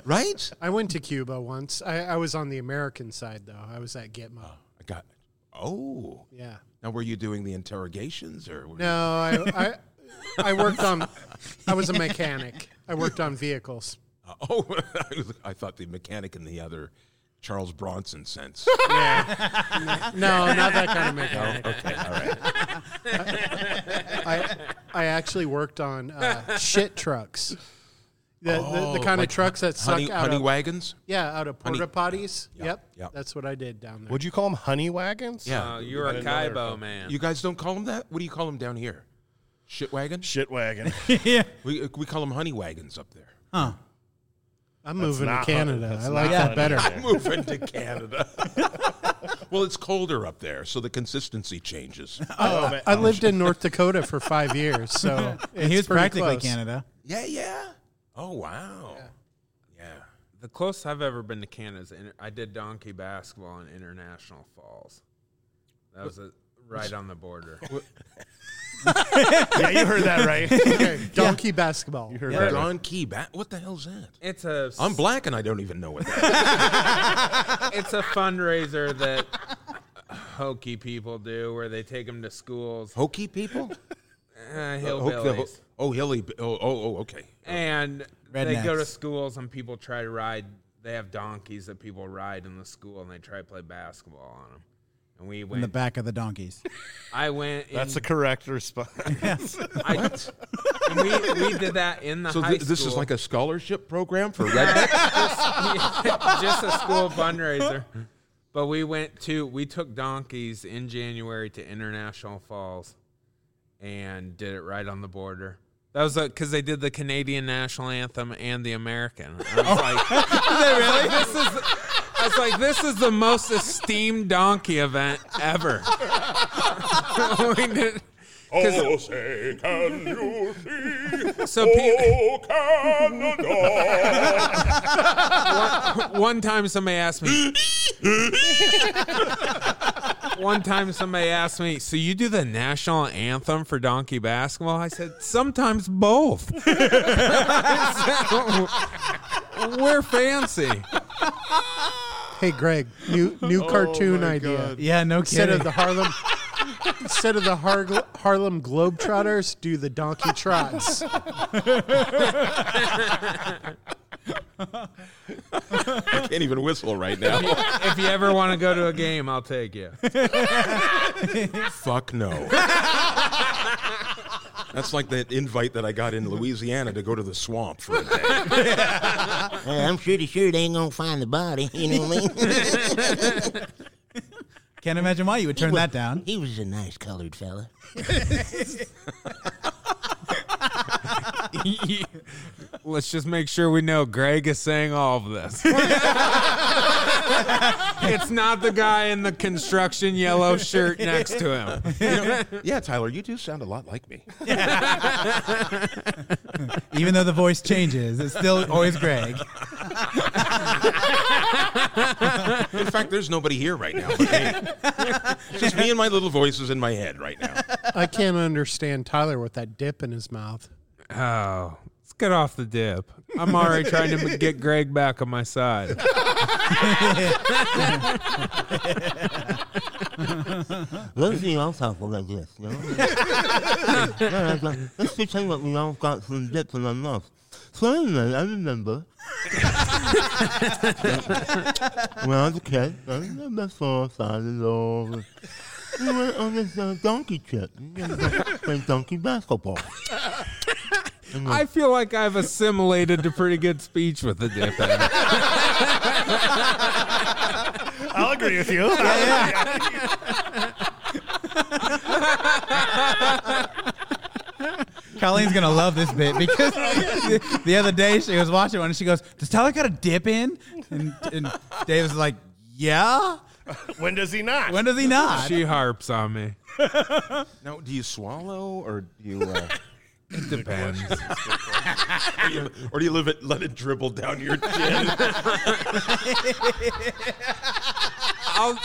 D: Right.
C: I went to Cuba once. I, I was on the American side though. I was at Gitmo.
D: I got. Oh.
C: Yeah.
D: Now were you doing the interrogations or? were-
C: No, I, I I worked on. I was a mechanic. I worked on vehicles.
D: Uh, (laughs) oh, (laughs) I was- I thought the mechanic in the other Charles Bronson sense.
C: No, not that kind of mechanic.
D: okay. All right.
C: I I actually worked on uh, shit trucks. The, the, the kind
D: like
C: of trucks that suck
D: honey
C: out
D: honey
C: of
D: wagons.
C: yeah out of porta potties. Yep,
D: yeah.
C: that's what I did down there.
A: Would you call them honey wagons?
D: Yeah.
F: Uh, you're a Kaibo man.
D: you guys don't call them that. What do you call them down here? Shit wagon.
A: Shit
D: (laughs)
A: wagon.
B: yeah.
D: We we call them honey wagons up there.
B: Huh.
C: I'm moving to
A: Not honey.
C: Canada.
A: That's
C: I
A: not
C: like that
A: honey.
C: better.
D: I'm moving to Canada. (laughs) well, it's colder up there, so the consistency changes.
A: Oh, man.
C: I lived in North Dakota for five years, so
B: And he was
C: it's pretty
B: practically
C: close.
B: Canada.
D: (laughs) Yeah, yeah. Oh wow. Yeah.
F: The closest I've ever been to Canada is inter- I did donkey basketball in International Falls. That was a, right on the border.
A: yeah, you heard that
D: (laughs)
A: right.
C: Okay, donkey basketball.
A: You heard
D: Yeah.
A: that. right.
D: Don Key bat. What the hell's that?
F: It's a
D: I'm black and I don't even know what that is.
F: it's a fundraiser that (laughs) hokey people do where they take them to schools, uh,
D: Hokey people? Hoke- the ho-
F: (laughs) hillbillies,
D: oh, hilly. Oh, oh, oh, okay.
F: and they go to
B: Rednecks.
F: schools and people try to ride. They have donkeys that people ride in the school and they try to play basketball on them. And we
B: In
F: went.
B: the back of the
C: (laughs)
B: donkeys.
F: I went.
A: That's the
F: in,
A: correct
D: (laughs)
A: response.
F: I- and we, we did that in the
D: So
F: high
D: th- this is
F: school.
D: like a scholarship program for redneck.
F: (laughs) just a school fundraiser. But we went to we took donkeys in January to International Falls, and did it right on the border. That was because they did the Canadian national anthem and the American. I
D: Oh.
F: was like, (laughs) really? This is. I was like, this is the most esteemed donkey event ever. (laughs) we did, 'cause-
D: Oh, say, can you see? Oh,
F: so people,
D: Canada.
F: one time somebody asked me. one time somebody asked me, "So you do the national anthem for donkey basketball?" I said, "Sometimes both." (laughs) So, we're fancy.
C: Hey, Greg, new new cartoon idea.
B: yeah, no
C: Instead
B: kidding.
C: of the Harlem, instead of the Har- Harlem Globetrotters, do the donkey trots.
D: I can't even whistle right now.
F: (laughs) If you ever want to go to a game, I'll (laughs) take you.
D: Fuck no. That's like that invite that I got in Louisiana to go to the swamp for
F: (laughs)
D: a day.
E: Uh, I'm pretty sure they ain't gonna find the body. You know what I mean? (laughs)
B: Can't imagine why you would turn that
C: (laughs)
B: down.
E: he was a nice colored fella.
F: (laughs) Let's just make sure we know Greg is saying all of this. (laughs) it's not the guy in the construction yellow shirt next to him.
D: yeah, Tyler, you do sound a lot like me.
B: Even though the voice changes, it's still always Greg.
D: In fact, there's nobody here right now. but me. It's just me and my little voices in my head right now.
C: I can't understand Tyler with that dip in his mouth.
F: Oh, let's get off the dip. I'm already trying to get Greg back on my
D: (laughs)
F: side.
E: Let's see, I'll talk about this. You know? Alright, so Let's just tell you what we all got from dip in our mouth. So anyway, I remember when I was a kid, I remember four sizes over. We went on this uh, donkey trip. (laughs) We played donkey
D: Oh,
E: basketball.
F: I feel like I've assimilated a pretty good speech with the dip. in it.
A: I'll agree with (laughs) you.
B: Colleen's gonna love this bit because (laughs) the, the other day she was watching one and she goes, "Does Tyler got a dip in?" And, and Dave was like, "Yeah."
A: When does he not?
B: When does he not?
F: She harps on me.
D: Now, do you swallow or do
B: (laughs)
D: you, uh,
F: It depends.
D: or do you- or do you live it, let it dribble down your chin?
F: I'll,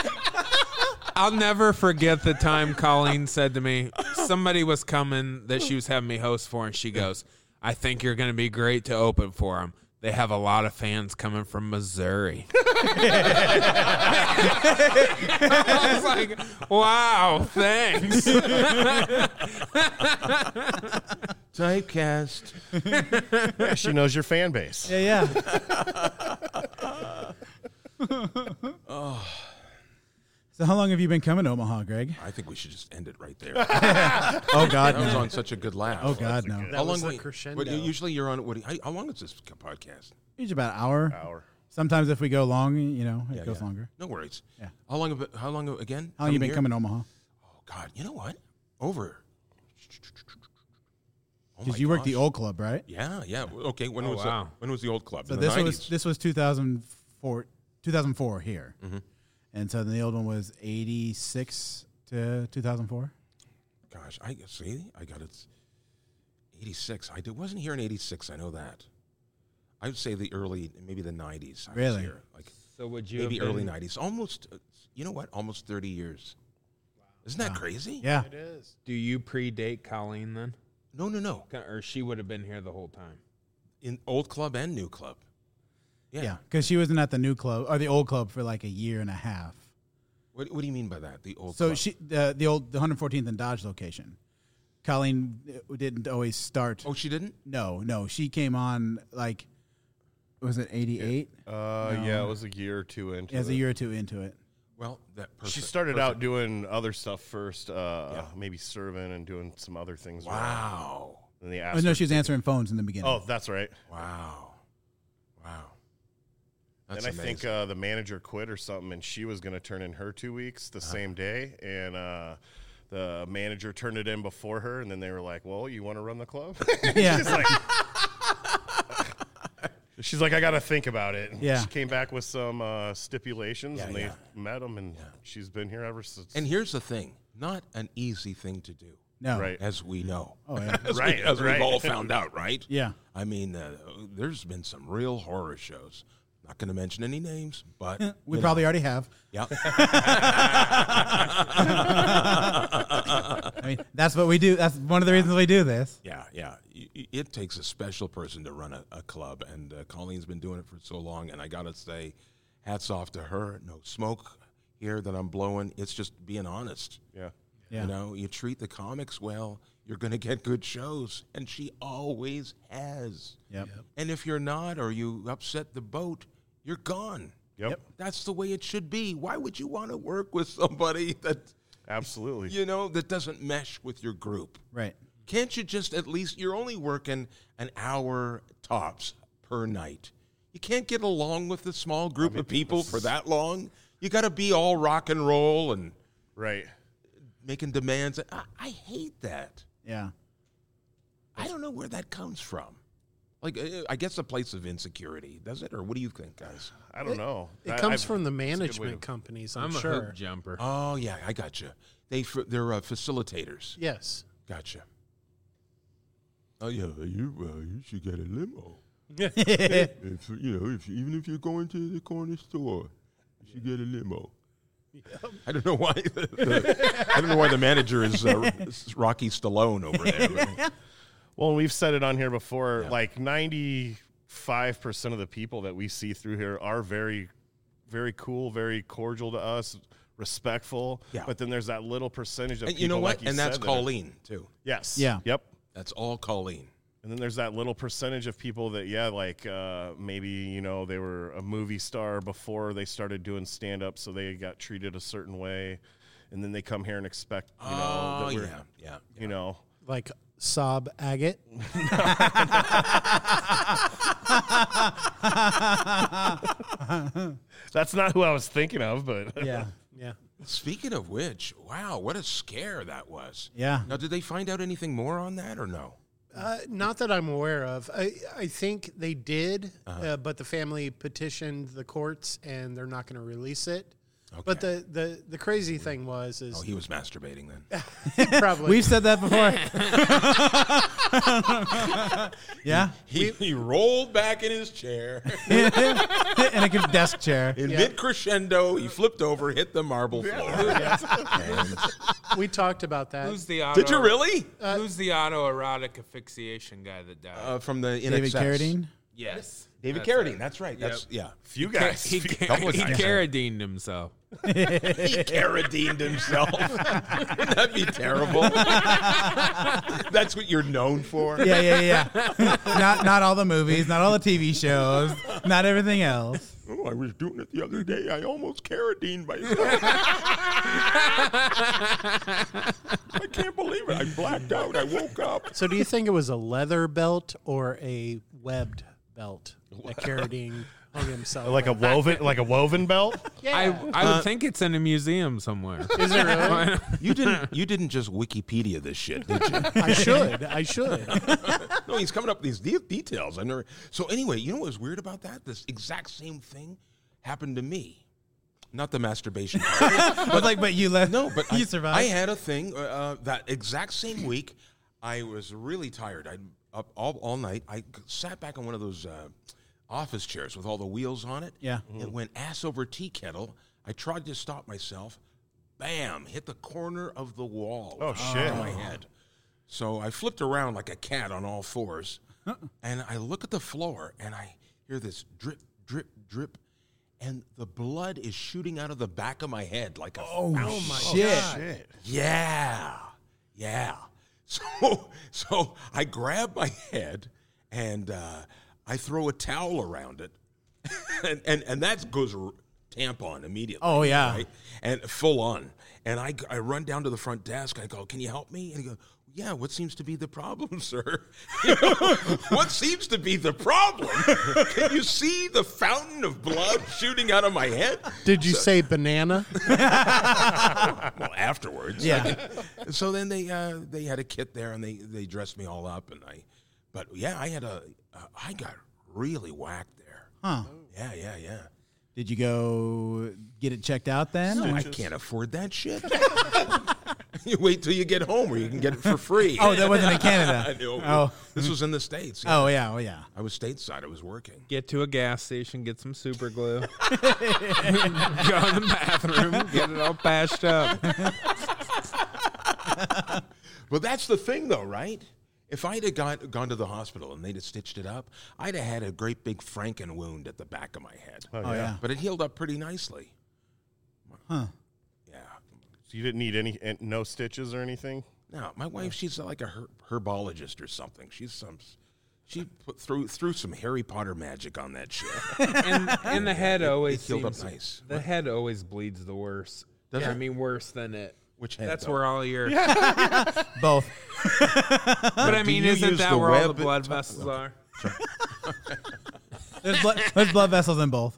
F: I'll never forget the time Colleen said to me, somebody was coming that she was having me host for, and she goes, I think you're going to be great to open for them. They have a lot of fans coming from Missouri. I was like, wow, thanks.
D: Typecast.
A: Yeah, she knows your fan base.
B: yeah, yeah.
C: (laughs)
B: (laughs) So how long have you been coming to Omaha, Greg?
D: I think we should just end it
B: (laughs)
D: right there. That
B: Oh (laughs) God,
D: was
B: no.
D: on such a good laugh.
B: Oh God, no.
C: That was the crescendo.
D: What, usually you're on. What, do you- how long is this podcast?
B: It's about an hour.
A: Hour.
B: Sometimes if we go long, you know, it goes longer.
D: No worries. Yeah. How long? have it- How long again?
B: How long you been
D: here?
B: coming to Omaha?
D: Oh God, you know what? Over. Oh
B: Because
D: my
B: you worked the
D: gosh.
B: old club, right?
D: Yeah, yeah. Okay. When was the,
F: wow.
D: when was the old club?
B: Oh, So
D: In
B: this
D: the
B: was
D: 90s.
B: this was 2004, 2004 here,
D: Mm-hmm.
B: and so then the old one was 86 to 2004.
D: Gosh, I see. I got it. Eighty-six. I did, wasn't here in eighty-six. I know that. I would say the early, maybe the nineties. I was
B: Really?
D: here. Like
F: So would you
D: maybe early nineties. Almost. uh, You know what? Almost thirty years. Isn't that crazy?
B: Yeah,
F: Do you predate Colleen then?
D: No, no, no.
F: Or she would have been here the whole time.
D: In old club and new club. Yeah.
B: yeah, because she wasn't at the new club or the old club for like a year and a half.
D: What, what do you mean by that? The old.
B: So
D: club?
B: she the the old the 114th and Dodge location. Colleen uh, didn't always start.
D: Oh, she didn't.
B: No, no, she came on like was it 88?
A: Uh, Yeah, it was a year or two into
B: As a
A: it.
B: year or two into it.
D: Well, that person.
A: She started out doing other stuff first, uh, maybe serving and doing some other things. around.
D: Wow.
A: And they
B: Oh,
A: asked
B: no,
A: her-
B: she was answering phones in the beginning.
A: oh, (laughs) that's right.
D: Wow. Wow. That's
A: and I
D: amazing.
A: think uh, the manager quit or something, and she was going to turn in her two weeks
D: Uh-huh.
A: the same day, and uh, the manager turned it in before her, and then they were like, "Well, you want to run the club?" (laughs)
B: yeah.
A: She's like, "I got to think about it." And
B: Yeah.
A: She came back with some uh, stipulations,
D: Yeah,
A: and they
D: yeah.
A: met them, and she's been here ever since.
D: and here's the thing: not an easy thing to do,
B: No.
A: right.
D: as we know,
B: Oh yeah.
D: (laughs) as,
A: Right,
D: we, as
A: right.
D: we've
A: (laughs)
D: all found out, right?
B: Yeah.
D: I mean, uh, there's been some real horror shows. Not going to mention any names,
B: (laughs)
D: but
B: We
D: you know,
B: probably already have.
D: yeah.
B: I mean, that's what we do. That's one of the reasons we do this.
D: Yeah, yeah. Y- y- It takes a special person to run a, a club, and uh, Colleen's been doing it for so long. And I gotta say, hats off to her. No smoke here that I'm blowing. It's just being honest.
A: yeah.
B: Yeah.
D: You know, you treat the comics well, you're gonna get good shows, and she always has.
B: Yep.
D: And if you're not, or you upset the boat, you're gone.
A: Yep.
D: That's the way it should be. Why would you want to work with somebody that
A: Absolutely.
D: you know that doesn't mesh with your group?
B: Right.
D: Can't you just at least you're only working an hour tops per night. You can't get along with a small group of people for that long. You got to be all rock and roll and
A: Right.
D: making demands. I, I hate that.
B: Yeah.
D: I don't know where that comes from. Like, uh, I guess a place of insecurity, does it? Or what do you think, guys?
A: I don't know.
C: It
A: I-
C: comes
A: I-
C: from the
A: way
C: management
A: to-
C: companies, I'm,
F: I'm a
C: sure.
F: hook jumper.
D: Oh, yeah, I gotcha. They, f- they're uh, facilitators.
C: Yes.
D: Gotcha. Oh, yeah, you, uh, you should get a (laughs) limo. if, you know, if, even if you're going to the corner store, you should get a limo. I don't know why. The, the- I don't know why the manager is uh, Rocky Stallone over there. but-
A: Well, we've said it on here before. Like ninety five percent of the people that we see through here are very, very cool, very cordial to us, respectful.
D: Yeah.
A: But then there's that little percentage of (laughs)
D: and
A: people,
D: you know what?
A: like you
D: and that's
A: said, that are-
D: Colleen too.
A: Yes.
B: Yeah.
A: Yep.
D: That's all Colleen.
A: And then there's that little percentage of people that, yeah, like uh, maybe, you know, they were a movie star before they started doing stand up, so they got treated a certain way. And then they come here and expect, you know,
D: oh
A: that we're,
D: yeah, yeah.
A: you know,
C: Like Saab Agate.
A: that's not who I was thinking of, but
B: Yeah.
C: Yeah.
D: Speaking of which, wow, what a scare that was.
B: Yeah.
D: Now, did they find out anything more on that or no?
C: Uh, not that I'm aware of. I, I think they did, uh but the family petitioned the courts, and they're not going to release it. But the, the, the crazy thing was
D: Oh,
C: is
D: he was masturbating then.
B: (laughs)
C: probably
B: We've said that before. yeah.
D: he, he rolled back in his chair.
B: in a good desk chair.
D: (laughs) In mid crescendo, he flipped over, hit the marble floor.
C: we talked about that.
F: Who's the auto,
D: Did you really?
C: Uh,
F: Who's the autoerotic asphyxiation guy that died?
D: Uh, from the in
B: David
D: excess.
B: Carradine.
D: (laughs)
F: yes,
D: David
F: That's
D: Carradine.
F: it.
D: That's right. That's yeah.
A: few guys.
F: He,
A: few-
F: ca-
A: couple of
F: he
A: guys.
F: Carradined himself.
D: (laughs) He Carradined himself. (laughs) Wouldn't that be terrible? (laughs) That's what you're known for.
B: Yeah, yeah, yeah. (laughs) not not all the movies, not all the TV shows, not everything else.
D: Oh, I was doing it the other day. I almost Carradined (laughs) myself. I can't believe it. I blacked out. I woke up.
C: So, do you think it was a leather belt or a webbed belt that Carradine hung himself?
A: Like
C: (laughs)
A: a
C: with?
A: woven, like a woven belt.
F: I, I
D: Uh,
F: would think it's in a museum somewhere.
C: (laughs) Is it really?
D: You didn't. You didn't just Wikipedia this shit, did you?
C: I should. I should.
D: No, he's coming up with these de- details. I never. So anyway, you know what was weird about that? This exact same thing happened to me. Not the masturbation. part.
B: But like, but you left.
D: no, but
B: you
D: I,
B: survived.
D: I had a thing uh, uh, that exact same week. I was really tired. I'd up all, all night. I sat back on one of those uh, office chairs with all the wheels on it.
B: Yeah.
D: It went ass over tea kettle. I tried to stop myself. Bam! Hit the corner of the wall.
A: Oh, shit.
D: On my head. So I flipped around like a cat on
B: (laughs)
D: all fours, and I look at the floor and I hear this drip, drip, drip, and the blood is shooting out of the back of my head like a oh my
B: shit.
A: Shit.
D: yeah, yeah. (laughs) So so I grab my head and uh, I throw a towel around it, (laughs) and and and that goes r- tampon immediately.
B: Oh, yeah.
D: right? and full on. And I I run down to the front desk. I go, "Can you help me?" And he goes. Yeah, what seems to be the problem, (laughs) sir? You know, what seems to be the problem? Can you see the fountain of blood shooting out of my head?
C: Did you say banana?
D: well, afterwards.
B: Yeah.
D: (laughs) so then they uh, they had a kit there and they they dressed me all up and I, but yeah, I had a uh, I got really whacked there.
B: Huh.
D: Yeah, yeah, yeah.
B: Did you go get it checked out then?
D: No,
B: Or-
D: I can't afford that shit. (laughs) you wait till you get home where you can get it for free.
B: oh, that wasn't in Canada.
D: (laughs) I know.
B: Oh,
D: This was in the states.
B: oh yeah, oh yeah.
D: I was stateside. I was working.
F: Get to a gas station, get some
C: (laughs)
F: super glue, (laughs) go in the bathroom, get it all bashed up.
D: But that's the thing, though, right? If I'd have got, gone to the hospital and they'd have stitched it up, I'd have had a great big Franken wound at the back of my head.
B: Oh yeah.
D: But it healed up pretty nicely.
B: Huh.
D: Yeah.
A: So you didn't need any, and no stitches or anything.
D: Now, my wife, she's like a her- herbologist or something. She's some. She put through threw some Harry Potter magic on that shit.
F: And, (laughs) and the head always
D: healed up
F: seems-
D: nice.
F: The head always bleeds the worse. I mean, worse than it
D: Which head?
F: That's
D: though?
F: where all your.
B: Both.
F: But I
D: Do
F: mean,
D: you
F: isn't
D: use
F: that
D: the
F: where all the
D: web-
F: blood vessels are?
B: There's blood, there's blood vessels in both.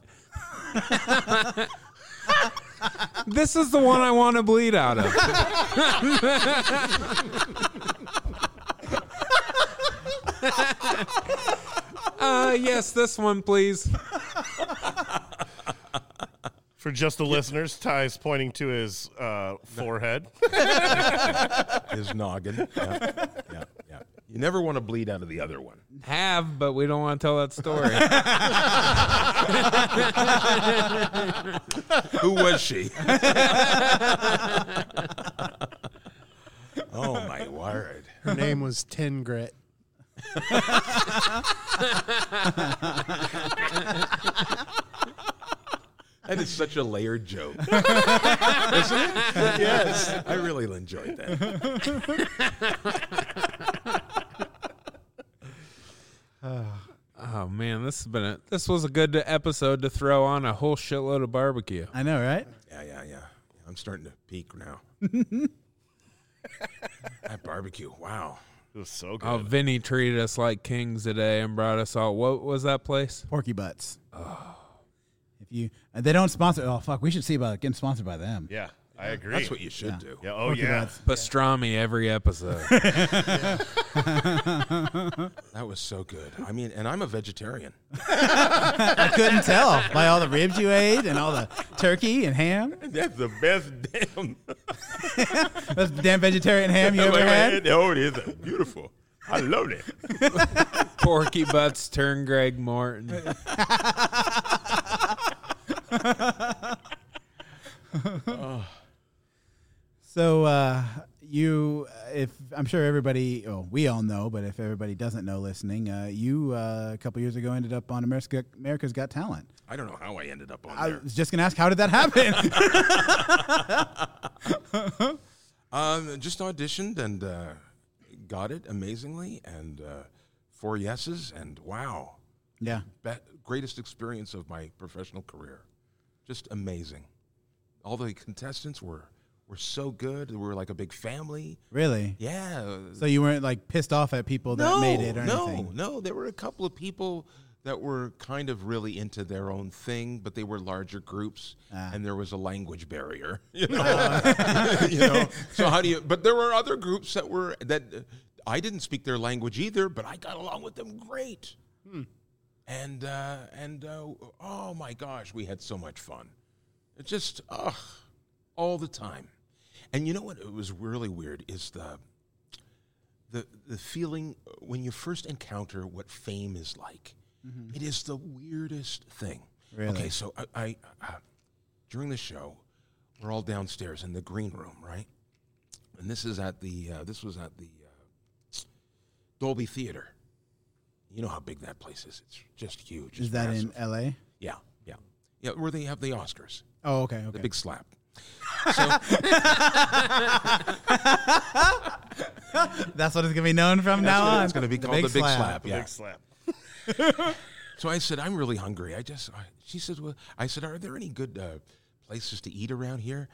F: This is the one I want to bleed out of. uh, yes, this one, please.
A: For just the listeners, Ty's pointing to his uh, (laughs) forehead.
D: his noggin. Yeah, yeah, yeah. You never want to bleed out of the other
B: (laughs)
D: one.
F: Have, but we don't want to tell that story.
D: Who was she? (laughs) oh my word!
C: (laughs) Her name was Tin Grit.
D: That is such a
B: (laughs)
D: layered joke, isn't it? Yes, I really enjoyed that.
F: oh man, this has been a this was a good episode to throw on a whole shitload of barbecue.
B: I know, right?
D: Yeah, yeah, yeah. I'm starting to peak (laughs) now. that barbecue, wow!
A: It was so good.
F: Oh, Vinny treated us like kings today and brought us all. What was that place?
B: Porky butts. Oh. If you, uh, they don't sponsor. Oh fuck, we should see about getting sponsored by them.
A: yeah, I agree.
D: That's what you should do.
A: yeah, oh
B: Porky
A: yeah.
B: butts.
F: Pastrami every episode. (laughs)
D: That was so good. I mean, and I'm a vegetarian.
B: I couldn't tell by all the ribs you ate and all the turkey and ham.
D: (laughs) That's the (laughs) best damn
B: That's the damn vegetarian (laughs) ham you ever had.
D: Oh, it is beautiful. I love it.
F: Porky Butts turn Greg Morton.
B: So uh, you, uh, if I'm sure everybody, oh, we all know, but if everybody doesn't know, listening, uh, you uh, a couple years ago ended up on America, America's Got Talent.
D: I don't know how I ended up on
B: I
D: there.
B: was just gonna ask, how did that happen? (laughs)
D: Um, just auditioned and uh, got it amazingly, and uh, four yeses, and wow,
B: yeah,
D: be- greatest experience of my professional career, just amazing. All the contestants were were so good. We were like a big family.
B: really.
D: Yeah.
B: So you weren't like pissed off at people that made it or anything.
D: No, no. There were a couple of people that were kind of really into their own thing, but they were larger groups,
B: Ah.
D: and there was a language barrier. (laughs) You know, (laughs) you know. So how do you? But there were other groups that were that uh, I didn't speak their language either, but I got along with them great. And uh, and uh, oh my gosh, we had so much fun. It just ugh, all the time. And you know what? It was really weird. Is the the the feeling when you first encounter what fame is like.
B: Mm-hmm.
D: It is the weirdest thing. Okay, so I, I uh, during the show, we're all downstairs in the green room, right? And this is at the uh, this was at the uh, Dolby Theater. You know how big that place is. It's just huge.
B: Is
D: It's
B: that in
D: massive.
B: L.A.?
D: Yeah, yeah, yeah. Where they have the Oscars,
B: Oh, okay, okay.
D: the big slap.
B: That's what it's gonna be known from now on.
D: It's going to be
B: The
D: called Uh, the big slap.
A: The
D: yeah.
A: big slap.
D: So I said, I'm really hungry. I just, I, she said, well, I said, are there any good uh, places to eat around here?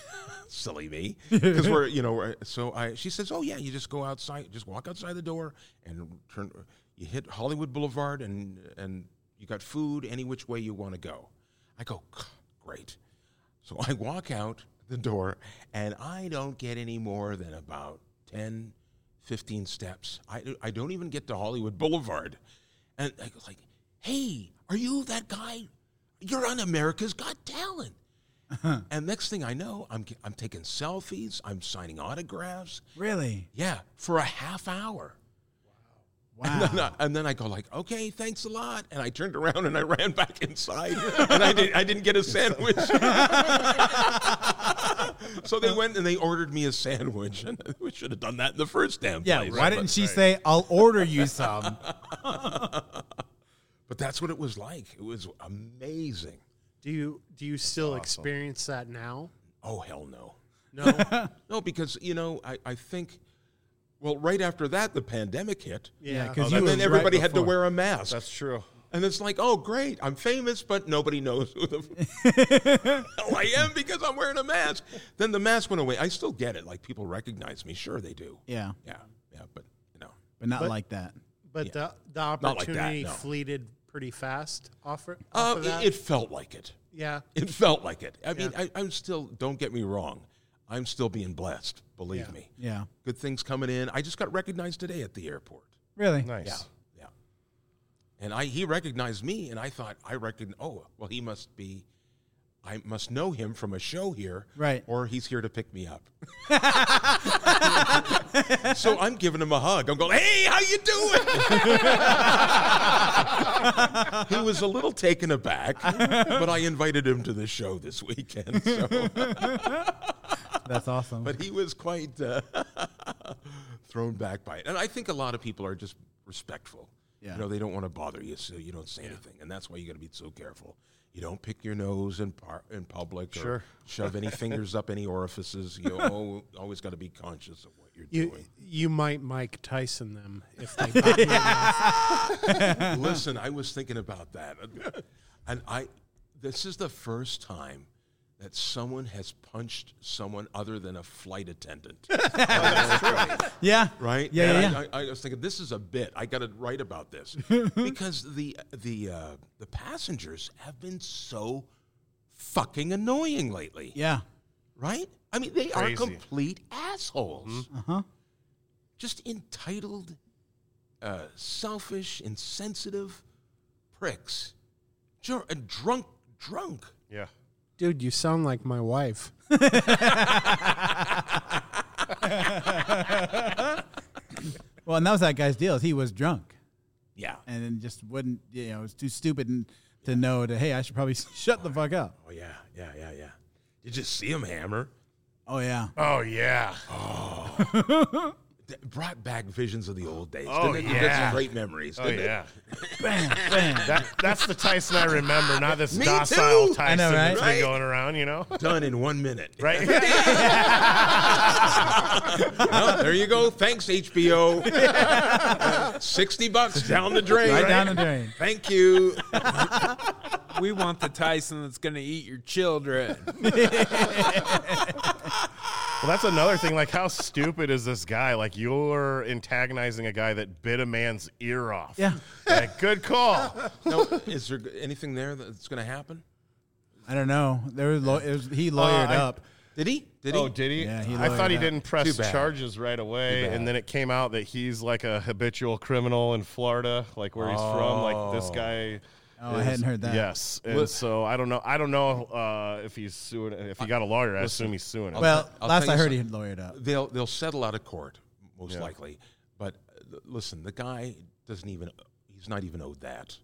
D: (laughs) Silly (laughs) me, because we're, you know, we're, so I. She says, oh yeah, you just go outside, just walk outside the door and turn. You hit Hollywood Boulevard and and you got food any which way you want to go. I go, "Gah, great. So I walk out the door and I don't get any more than about 10, 15 steps. I, I don't even get to Hollywood Boulevard. And I was like, hey, are you that guy? You're on America's Got Talent. And next thing I know, I'm, I'm taking selfies, I'm signing autographs. (laughs)
B: Really?
D: Yeah, for a half hour.
B: Wow.
D: And then, I, and then I go like, okay, thanks a lot. And I turned around and I ran back inside, and I, did, I didn't get
B: (laughs)
D: a sandwich. so they went and they ordered me a sandwich, and we should have done that in the first damn
B: Yeah,
D: place.
B: why didn't she say, I'll order
D: (laughs)
B: you some?
D: But that's what it was like. It was amazing.
C: Do you do you still experience that now?
D: Oh hell no,
B: (laughs)
C: No.
D: no, because you know I, I think, well, right after that the pandemic hit,
B: yeah,
C: yeah.
A: that
B: because you
D: and
B: were
D: then
B: right
D: everybody had to
B: before.
D: wear a mask.
A: That's true.
D: And it's like, oh, great, I'm famous, but nobody knows who the hell I am because I'm wearing a mask. Then the mask went away. I still get it. Like, people recognize me. Sure, they do.
B: Yeah,
D: Yeah, yeah, but you know.
B: but not like that.
C: But the, the
D: that,
C: opportunity
D: no.
C: fleeted pretty fast off, off of
D: Uh, it-
C: that.
D: it felt like it.
C: yeah.
D: It felt like it. I mean, I, I'm still, don't get me wrong, I'm still being blessed, believe me.
B: Yeah,
D: Good things coming in. I just got recognized today at the airport.
B: really.
A: Nice.
D: Yeah. And I, he recognized me, and I thought, I reckon, oh, well, he must be, I must know him from a show here.
B: Right.
D: Or he's here to pick me up. (laughs) so I'm giving him a hug. I'm going, hey, how you doing? (laughs) he was a little taken aback, but I invited him to the show this weekend. So.
B: That's awesome.
D: But he was quite uh, (laughs) thrown back by it. And I think a lot of people are just respectful.
B: Yeah.
D: You know, they don't want to bother you, so you don't say anything. And that's why you got to be so careful. You don't pick your nose in, par- in public or
A: Sure.
D: shove any fingers up any orifices. You al- always got to be conscious of what you're
C: You, (laughs)
D: doing.
C: you might Mike Tyson them if they pop in.
D: Listen, I was thinking about that. And I this is the first time that someone has punched someone other than a flight attendant.
B: yeah,
D: right?
B: Yeah,
D: And
B: yeah, yeah.
D: I, I, I was thinking this is a bit. I got to write
B: (laughs)
D: about this because the the uh, the passengers have been so fucking annoying lately.
B: yeah.
D: Right? I mean, they
A: Crazy.
D: are complete assholes.
B: Mm-hmm. Uh-huh.
D: Just entitled, uh, selfish, insensitive pricks. Dr- uh, drunk, drunk.
A: Yeah.
C: Dude, you sound like my wife.
B: Well, and that was that guy's deal. is He was drunk
D: Yeah.
B: and then just wouldn't. You know, it was too stupid and, to know that. Hey, I should probably (laughs) shut the fuck up.
D: Oh yeah, yeah, yeah, yeah. Did you see him hammer?
B: Oh yeah.
A: Oh yeah.
D: That brought back visions of the old days.
A: Oh,
D: didn't it? You got
A: yeah.
D: some great memories.
A: Oh
D: didn't it?
A: yeah.
B: bam, bam.
A: That that's the Tyson I remember, not this
D: Me
A: docile
D: too.
A: Tyson
B: I know,
A: that's
D: right?
A: been going around. You (laughs) know.
D: done in one minute.
A: Right. (laughs)
D: Well, there you go. Thanks, HBO. Uh, 60 bucks down the drain.
B: Right down the drain.
D: Thank you.
F: We want the Tyson that's going to eat your (laughs) children.
A: Well, that's another thing. Like, how stupid is this guy? Like, you're antagonizing a guy that bit a man's ear off.
B: Yeah.
A: Like, good call.
D: No, is there anything there that's going to happen?
B: I don't know. There was, law- it was he
A: Uh,
B: lawyered
A: I-
B: up.
D: Did he? Did
A: Oh,
D: he?
A: did he?
B: Yeah, he
A: I thought
B: lawyered
A: he
B: up.
A: didn't
D: Too
A: press
D: bad.
A: charges right away, and then it came out that he's like a habitual criminal in Florida, like where he's from. Like this guy.
B: Oh, I hadn't heard that.
A: Yes, and so I don't know. I don't know uh, if he's suing. If he got a lawyer, I assume he's suing. him.
B: Well,
D: I'll
B: last
D: tell
B: I
D: you
B: heard, he had lawyered up.
D: They'll, they'll settle out of court, most likely. But uh, listen, the guy doesn't even, he's not even owed that.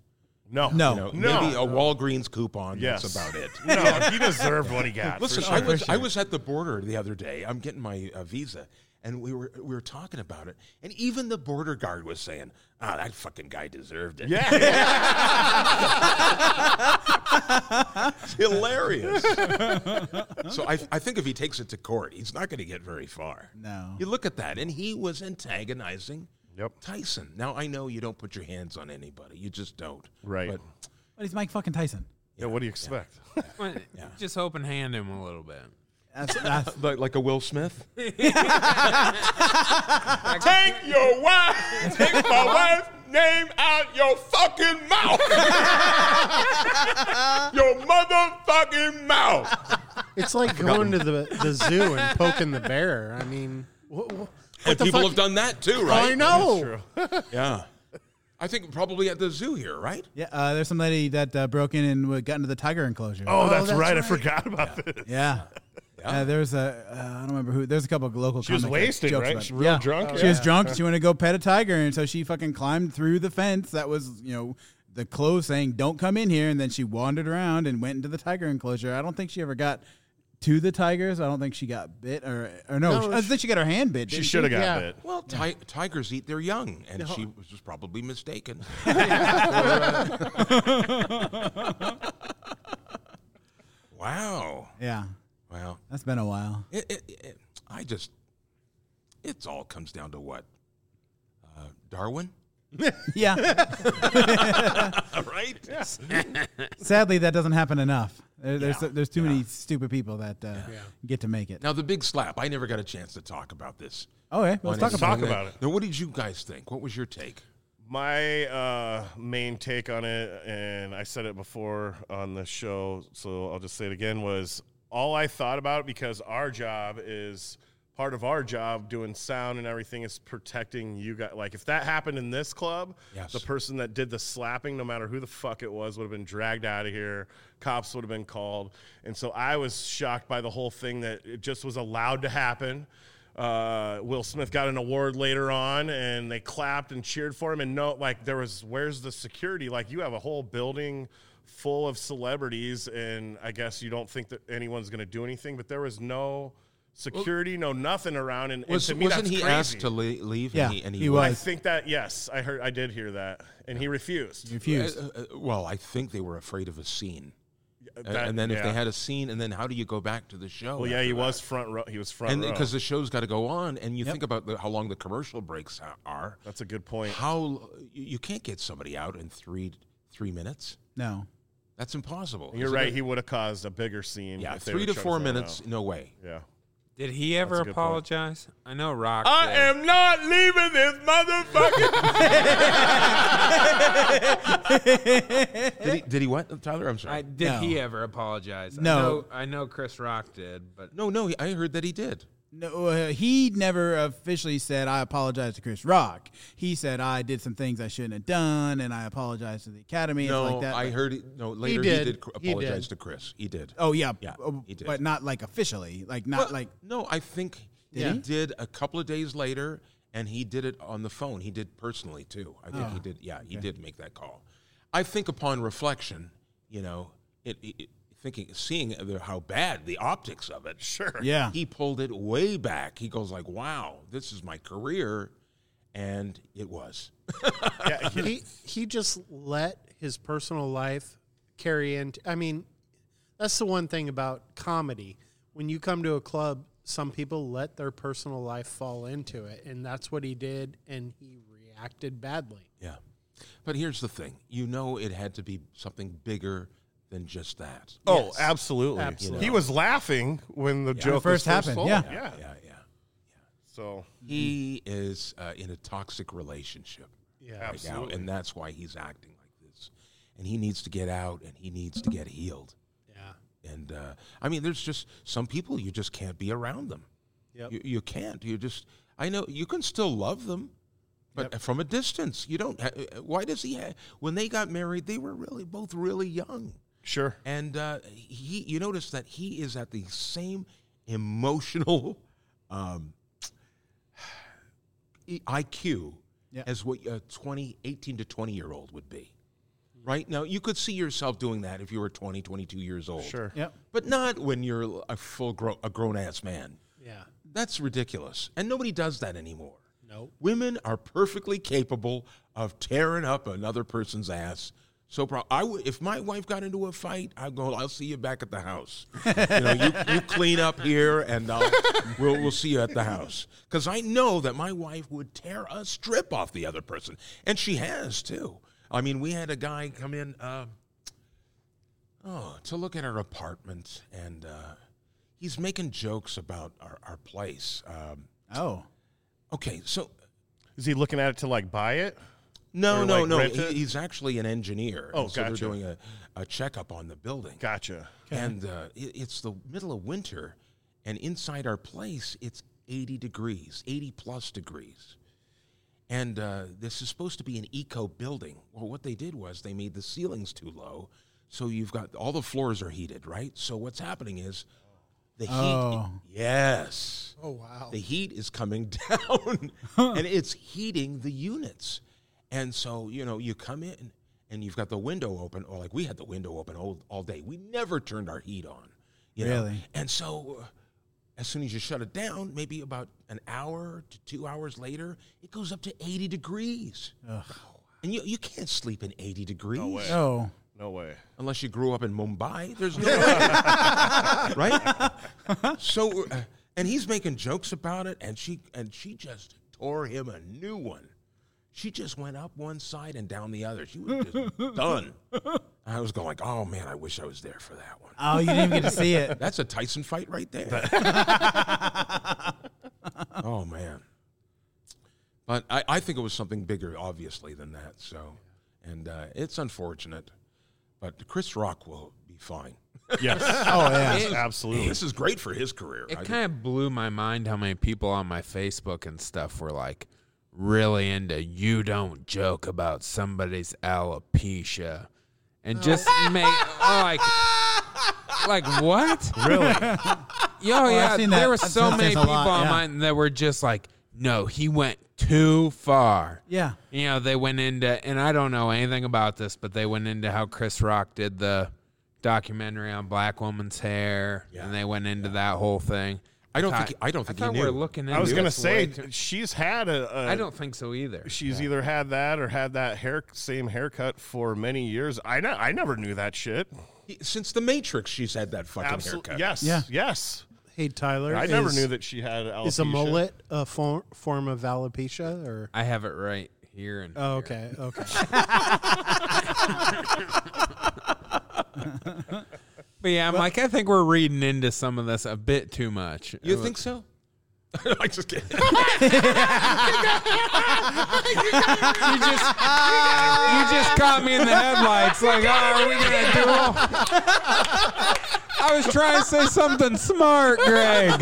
A: no,
B: No.
D: You
A: Oh,
D: know,
A: No.
D: Maybe a Walgreens coupon.
A: Yes.
D: That's about it.
A: no,
D: (laughs)
A: he deserved what he got. for
D: Listen,
A: sure.
D: I was I was at the border the other day. I'm getting my uh, visa, and we were we were talking about it, and even the border guard was saying, "Ah, that fucking guy deserved it."
A: Yeah, yeah,
D: It's (laughs)
A: (laughs)
D: hilarious. so I, I think if he takes it to court, he's not going to get very far.
B: No.
D: You look at that, and he was antagonizing
A: Yep.
D: Tyson. Now I know you don't put your hands on anybody; you just don't.
A: Right.
D: But
B: But he's Mike fucking Tyson.
A: yeah. What do you expect?
F: Just open hand him a little bit.
B: That's, that's
D: like, like a Will (laughs) Smith.
A: Take your wife, take my wife name out your fucking
D: (laughs)
A: mouth. your motherfucking mouth.
C: It's like going to the, the zoo and poking the bear. I mean, what, what,
D: And
C: the
D: people
C: fuck-
D: have done that too, right?
C: I know.
D: Yeah. I think probably at the zoo here, right?
B: yeah. Uh, there's some lady that uh, broke in and w- got into the tiger enclosure.
A: Oh, that's, right. I forgot about this.
B: yeah. Uh, there was a uh, I don't remember who. There's a couple of local.
A: She was
B: comics that
A: wasted,
B: jokes
A: right?
B: about it.
A: She real
B: yeah.
A: drunk?
B: She
A: (laughs)
B: was drunk. She wanted to go pet a tiger, and so she fucking climbed through the fence. That was you know the clothes saying "Don't come in here," and then she wandered around and went into the tiger enclosure. I don't think she ever got to the tigers. I don't think she got bit or or no.
C: No,
B: I think she got her hand bit.
A: She
B: didn't
A: should have got
C: Yeah.
A: bit.
D: Well, ti- tigers eat their young, and she was just
A: (laughs)
D: probably mistaken. uh, (laughs) wow.
B: Yeah,
D: Wow.
B: that's been a while.
D: It, it, it, I just, it all comes down to what? Uh, Darwin?
B: (laughs) yeah.
D: (laughs) right?
B: Sadly, that doesn't happen enough. There, there's there's too many stupid people that uh, get to make it.
D: Now the big slap. I never got a chance to talk about this.
B: Okay, let's
D: On
B: talk
D: Instagram.
A: it. Talk
B: about
A: about it.
D: Now, what did you guys think? What was your take?
A: My uh, main take on it, and I said it before on the show, so I'll just say it again, was all I thought about it because our job is part of our job doing sound and everything is protecting you guys. Like, if that happened in this club,
D: Yes.
A: the person that did the slapping, no matter who the fuck it was, would have been dragged out of here. Cops would have been called. And so I was shocked by the whole thing that it just was allowed to happen. Uh, Will Smith got an award later on, and they clapped and cheered for him. And no, like there was, where's the security? Like you have a whole building full of celebrities, and I guess you don't think that anyone's going to do anything. But there was no security, no nothing around. And, and
D: Was,
A: to me,
D: not
A: that's
D: he
A: crazy.
D: asked to le- leave?
B: Yeah,
D: and he, and
B: he
A: I
B: was.
A: think that yes, I heard, I did hear that, and he refused.
B: Refused.
D: Uh, uh, well, I think they were afraid of a scene. Uh,
A: That-
D: and then if
A: yeah.
D: they had a scene, and then how do you go back to the show?
A: Well, yeah,
D: after
A: he
D: that?
A: was front row. He was front
D: And
A: row.
D: because the show's got to go on, and you think about the, how long the commercial breaks a- are.
A: that's a good point.
D: How you- you can't get somebody out in three three minutes?
B: No.
D: That's impossible.
A: You're
D: Is it
A: right.
D: a-
A: He would have caused a bigger scene.
D: yeah,
A: if they
D: three to
A: would've shut
D: four
A: us down
D: minutes.
A: now.
D: No way.
A: Yeah.
F: Did he ever
A: a good point.
F: apologize? I know Rock.
A: I
F: did.
A: am not leaving this motherfucker.
D: Did he? Did he what? Tyler, I'm sorry.
F: I, did
B: No.
F: he ever apologize? I
B: No.
F: know, I know Chris Rock did, but
D: no, no. he- I heard that he did.
B: No, uh, he never officially said I apologize to Chris Rock. He said I did some things I shouldn't have done, and I apologize to the Academy and
D: No,
B: stuff like that.
D: I
B: But-
D: heard. He, no, later he
C: did.
D: did, cr-
C: He
D: apologize
C: did.
D: to Chris. He did.
B: Oh yeah,
D: Yeah,
B: uh,
D: he did.
B: but not like officially, like not
D: Well,
B: like
D: no, I think
B: Yeah.
D: he did a couple of days later, and he did it on the phone. He did personally too. I think he did. Yeah, he did make that call. I think upon reflection, you know, it, it, it- thinking, seeing the, how bad the optics of it. Sure.
B: Yeah.
D: He pulled it way back. He goes like, "Wow, this is my career," and it was. (laughs)
C: he he just let his personal life carry into. I mean, that's the one thing about comedy. When you come to a club, some people let their personal life fall into it, and that's what he did, and he reacted badly.
D: Yeah. But here's the thing. You know, it had to be something bigger than just that.
A: Oh, absolutely.
C: Absolutely.
A: He was laughing when the joke
B: first
A: was
B: happened,
A: told.
B: yeah.
A: yeah.
D: Yeah, yeah.
A: So
D: He is uh, in a toxic relationship
C: Yeah,
D: right now, and that's why he's acting like this. And he needs to get out, and he needs to get healed.
C: yeah,
D: And uh, I mean, there's just some people you just can't be around them.
C: Yep.
D: You, you can't. You just. I know you can still love them, but from a distance. You don't. Ha- uh, why does he? Ha- when they got married, they were really both really young.
A: sure.
D: And uh, he, you notice that he is at the same emotional um, (sighs) E- IQ
B: Yeah.
D: as what a 20, 18 to 20 year old would be. Right now, you could see yourself doing that if you were 20, 22 years old.
A: Sure.
B: yep.
D: But not when you're a full grown, a grown ass man.
C: yeah.
D: That's ridiculous. And nobody does that anymore.
C: Nope.
D: Women are perfectly capable of tearing up another person's ass. So pro- I would, if my wife got into a fight, I'd go, I'll see you back at the house. you know, you, you clean up here and I'll, we'll, we'll see you at the house. Because I know that my wife would tear a strip off the other person. And she has too. I mean, we had a guy come in, uh, oh, to look at our apartment and uh, he's making jokes about our, our place. Um,
B: Oh,
D: okay, so
A: Is he looking at it to like buy it?
D: no,
A: Or,
D: no,
A: like,
D: no.
A: rent
D: He,
A: it?
D: he's actually an engineer.
A: Oh,
D: and so
A: gotcha.
D: They're doing a, a checkup on the building.
A: Gotcha.
D: And uh, it, it's the middle of winter, and inside our place, it's 80 degrees, 80 plus degrees. And uh, this is supposed to be an eco building. Well, what they did was they made the ceilings too low. So you've got all the floors are heated, right? So what's happening is the heat.
B: Oh.
D: Yes.
C: Oh wow.
D: The heat is coming (laughs) down and it's heating the units. And so, you know, you come in and you've got the window open, or like we had the window open all, all day. We never turned our heat on. You know?
B: Really?
D: And so, uh, as soon as you shut it down, maybe about an hour to two hours later, it goes up to 80 degrees. And you, you can't sleep in 80 degrees
B: oh,
A: No
D: (laughs)
A: way.
D: unless you grew up in Mumbai. There's no way. right? So, uh, and he's making jokes about it, and she and she just tore him a new one. She just went up one side and down the other. She was just done. I was going like, oh man, I wish I was there for that one.
B: Oh, you didn't even get to see (laughs) it.
D: That's a Tyson fight right there. (laughs) oh man. But I, I think it was something bigger, obviously, than that. So, and uh, it's unfortunate, but Chris Rock will be fine.
A: Yes.
B: Oh yeah.
A: Yes, absolutely.
D: This is great for his career. I
F: It
D: think.
F: kind of blew my mind how many people on my Facebook and stuff were like really into you don't joke about somebody's alopecia and just make like like
B: (laughs)
F: what?
A: Really?
F: (laughs) Yo, yeah,
B: seen that.
F: there were
B: I've
F: so
B: seen
F: many
B: this a
F: people
B: lot,
F: on
B: yeah.
F: mine that were just like, no, he went too far.
B: Yeah.
F: You know, they went into, and I don't know anything about this, but they went into how Chris Rock did the documentary on Black Woman's hair, and they went into that whole thing.
D: I don't think he- I don't think he
F: thought
D: knew.
F: we're looking. Into
A: I was gonna
F: this way
A: say
F: too-
A: she's had a. a
F: I don't think so either.
A: She's either had that or had that hair same haircut for many years. I ne- I never knew that shit.
D: He- since the Matrix, she's had that fucking
A: Absolutely.
D: haircut.
A: Yes.
B: Yeah.
A: Yes.
C: Hey, Tyler.
A: I never
C: is-
A: knew that she had alopecia.
C: Is a mullet a form, form of alopecia or?
F: I have it right here. And
C: Oh, okay, okay.
F: but yeah, I'm like, I think we're reading into some of this a bit too much.
D: You think so? (laughs) I just kidding.
F: (laughs) You just, you just caught me in the headlights. Like, oh, are we gonna duel? I was trying to say something smart, Greg.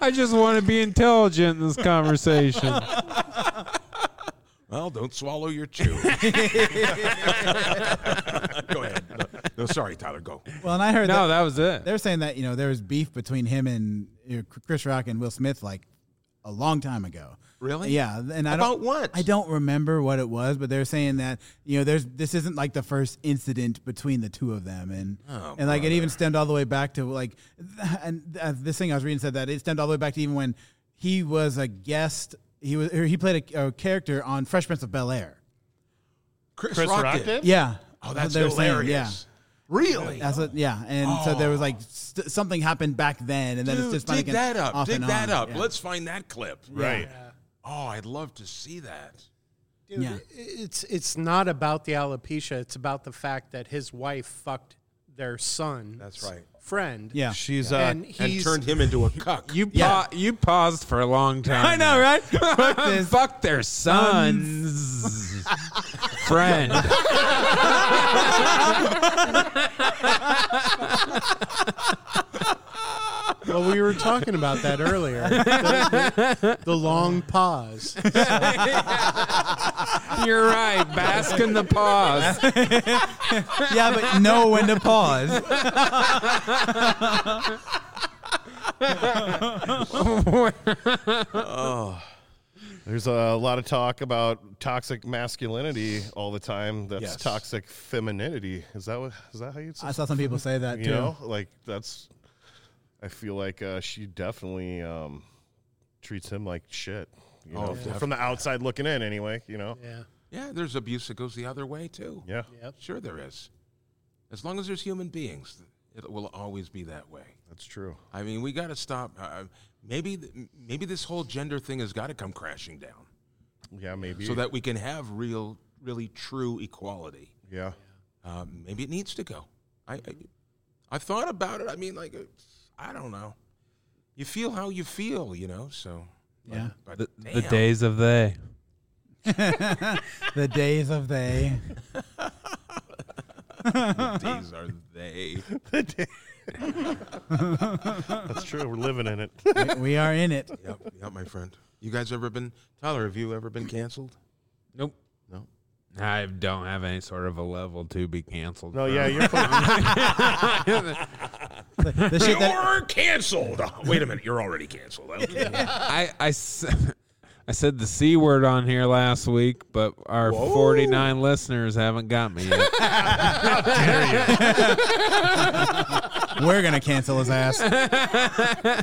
F: I just want to be intelligent in this conversation.
D: well, don't swallow
F: (laughs)
D: your chew. go ahead. No, no, sorry, Tyler. Go.
B: Well, and I heard
F: No,
B: that
F: that was it.
B: they're saying that you know there was beef between him and you know, Chris Rock and Will Smith like a long time ago.
D: Really?
B: Yeah. And I
D: About
B: don't,
D: what?
B: I don't remember what it was, but they're saying that you know there's this isn't like the first incident between the two of them, and
D: Oh,
B: and like it even stemmed all the way back to like, (laughs) and uh, this thing I was reading said that it stemmed all the way back to even when he was a guest. He was or he played a, a character on Fresh Prince of Bel Air.
D: Chris,
A: Chris
D: Rock,
A: Rock
D: did.
A: did?
B: Yeah.
D: Oh, that's
B: They were saying,
D: hilarious. Really?
B: That's what, yeah, and so there was like st- something happened back then, and then
D: Dude,
B: it's just been
D: dig
B: like an
D: that up.
B: off
D: Dig
B: and
D: that
B: on.
D: up.
B: Yeah.
D: Let's find that clip.
A: Right.
D: Oh, I'd love to see that.
C: Dude,
B: Yeah.
C: it's it's not about the alopecia. It's about the fact that his wife fucked their son.
D: That's right. uh,
C: Friend.
B: yeah,
A: She's
C: And
D: And
C: he's
D: turned him into a cuck. (laughs)
F: You
B: Yeah.
F: pa- you paused for a long time.
B: I know,
F: (laughs)
B: right? this.
F: Fuck, their (laughs) sons, friend.
C: well, we were talking about that earlier. the, the- the long
D: (laughs)
C: pause.
F: You're right. Bask in the pause.
B: yeah, but know when to pause.
A: There's a lot of talk about toxic masculinity all the time. That's
D: Yes.
A: toxic femininity. Is that what? Is that how you?
B: I saw some people say that
A: You
B: too.
A: know, like that's. I feel like uh, she definitely um, treats him like shit. You know,
D: yeah.
A: from the outside looking in, anyway. You know.
C: Yeah.
D: yeah, there's abuse that goes the other way too.
A: Yeah.
C: Yep.
D: Sure, there is. As long as there's human beings, it will always be that way.
A: that's true.
D: I mean, we got to stop. Uh, maybe, th- maybe this whole gender thing has got to come crashing down,
A: Yeah, maybe.
D: so that we can have real, really true equality.
A: yeah.
D: Um, maybe it needs to go. I, I, I've thought about it. I mean, like, it's- I don't know. You feel how you feel, you know. So, but-
B: Yeah.
D: But,
F: The, the
D: damn. (laughs)
F: days of they.
B: The days of they.
D: The days are they.
A: That's true. We're living in it.
B: We are in
D: (laughs)
B: it.
D: yep, yep, my friend. You guys ever been Tyler? Have you ever
F: (laughs)
D: been canceled?
F: Nope.
D: No.
F: I don't have any sort of a level to be
A: (laughs)
F: canceled.
A: No,
F: from.
A: yeah, you're putting,
B: The, the shit that
D: You're canceled. Oh, wait a minute. You're already canceled. Okay.
F: I, I s- (laughs) I said the C word on here last week, but our 49 listeners haven't got
A: (laughs)
F: me yet.
B: we're gonna cancel his ass.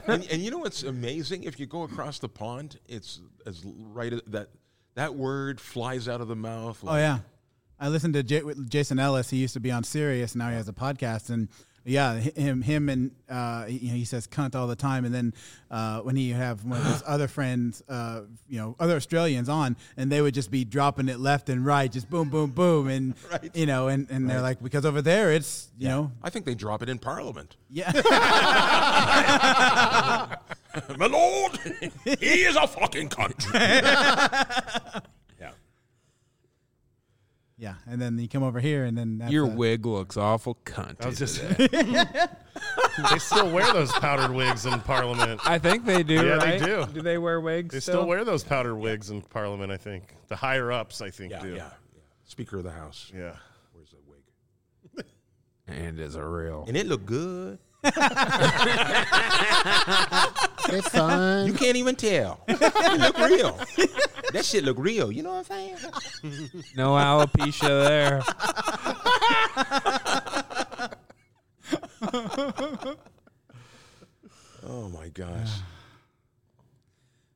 D: and, and you know what's amazing? If you go across the pond, it's as l- right a- that that word flies out of the mouth.
B: Oh yeah, I listened to J- Jason Ellis. He used to be on Sirius. Now he has a podcast, and Yeah, hi- him, him, and uh, you know, he says cunt all the time. And then uh, when he have one of his other friends, uh, you know, other Australians on, and they would just be dropping it left and right, just boom, boom, boom, and you know, and, and they're like, because over there it's you know,
D: I think they drop it in Parliament. (laughs)
B: yeah. (laughs)
D: My lord, he is a
F: (laughs)
D: fucking cunt. yeah.
B: Yeah, and then you come over here, and then that's
F: Your
B: a-
F: wig looks awful cunt. I,
A: (laughs) they still wear those powdered wigs in Parliament.
F: think they do.
A: Yeah, they
F: right?
A: do.
F: Do they wear wigs?
A: They still, wear those powdered wigs in Parliament. I think the higher ups. I think
D: Yeah,
A: do.
D: yeah, yeah. Speaker of the House.
A: Yeah.
D: Where's the wig?
F: And is a real.
D: And it looked good.
C: They're fine.
D: You can't even tell. It look real. That shit look real. You know what I'm saying?
F: No alopecia
A: (laughs)
F: there.
D: Oh my gosh.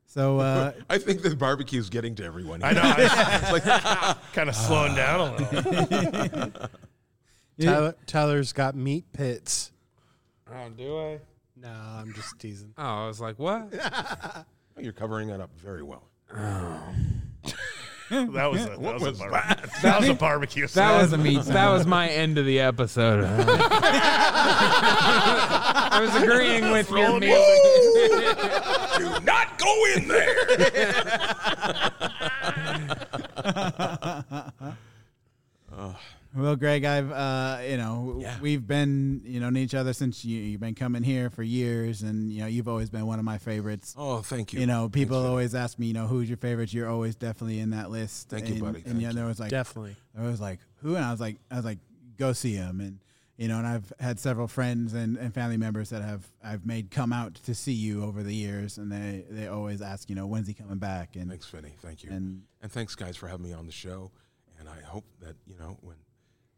B: So uh,
D: I think the barbecue's getting to everyone.
A: I know. I was
B: (laughs)
A: like kind of slowing down a little.
C: Tyler, Tyler's got meat pits.
F: Oh, do I?
C: No, I'm just teasing.
F: Oh, I was like,
A: (laughs)
F: what?
D: You're covering that up very well.
A: That was a, that was,
D: was
A: a barbecue. That? was a barbecue.
F: That was
B: a meat
F: That was my end of the episode.
A: (laughs)
F: I was agreeing with your
A: Rolling
F: music.
D: Do not go in there.
B: well, Greg, I've uh, you know
D: Yeah.
B: we've been you know in each other since you you've been coming here for years, and you know you've always been one of my favorites.
D: Oh, thank you.
B: You know, people always ask me, you know, who's your favorites? You're always definitely in that list.
D: Thank you,
B: And-
D: buddy.
B: And
D: Thank
B: yeah, there was like
C: Definitely.
B: I was like, who? And I was like, I was like, go see him. And you know, and I've had several friends and, and family members that have I've made come out to see you over the years, and they they always ask, you know, when's he coming back? And
D: Thanks, Vinny. Thank you. And,
B: And-
D: thanks, guys, for having me on the show. And I hope that, you know, when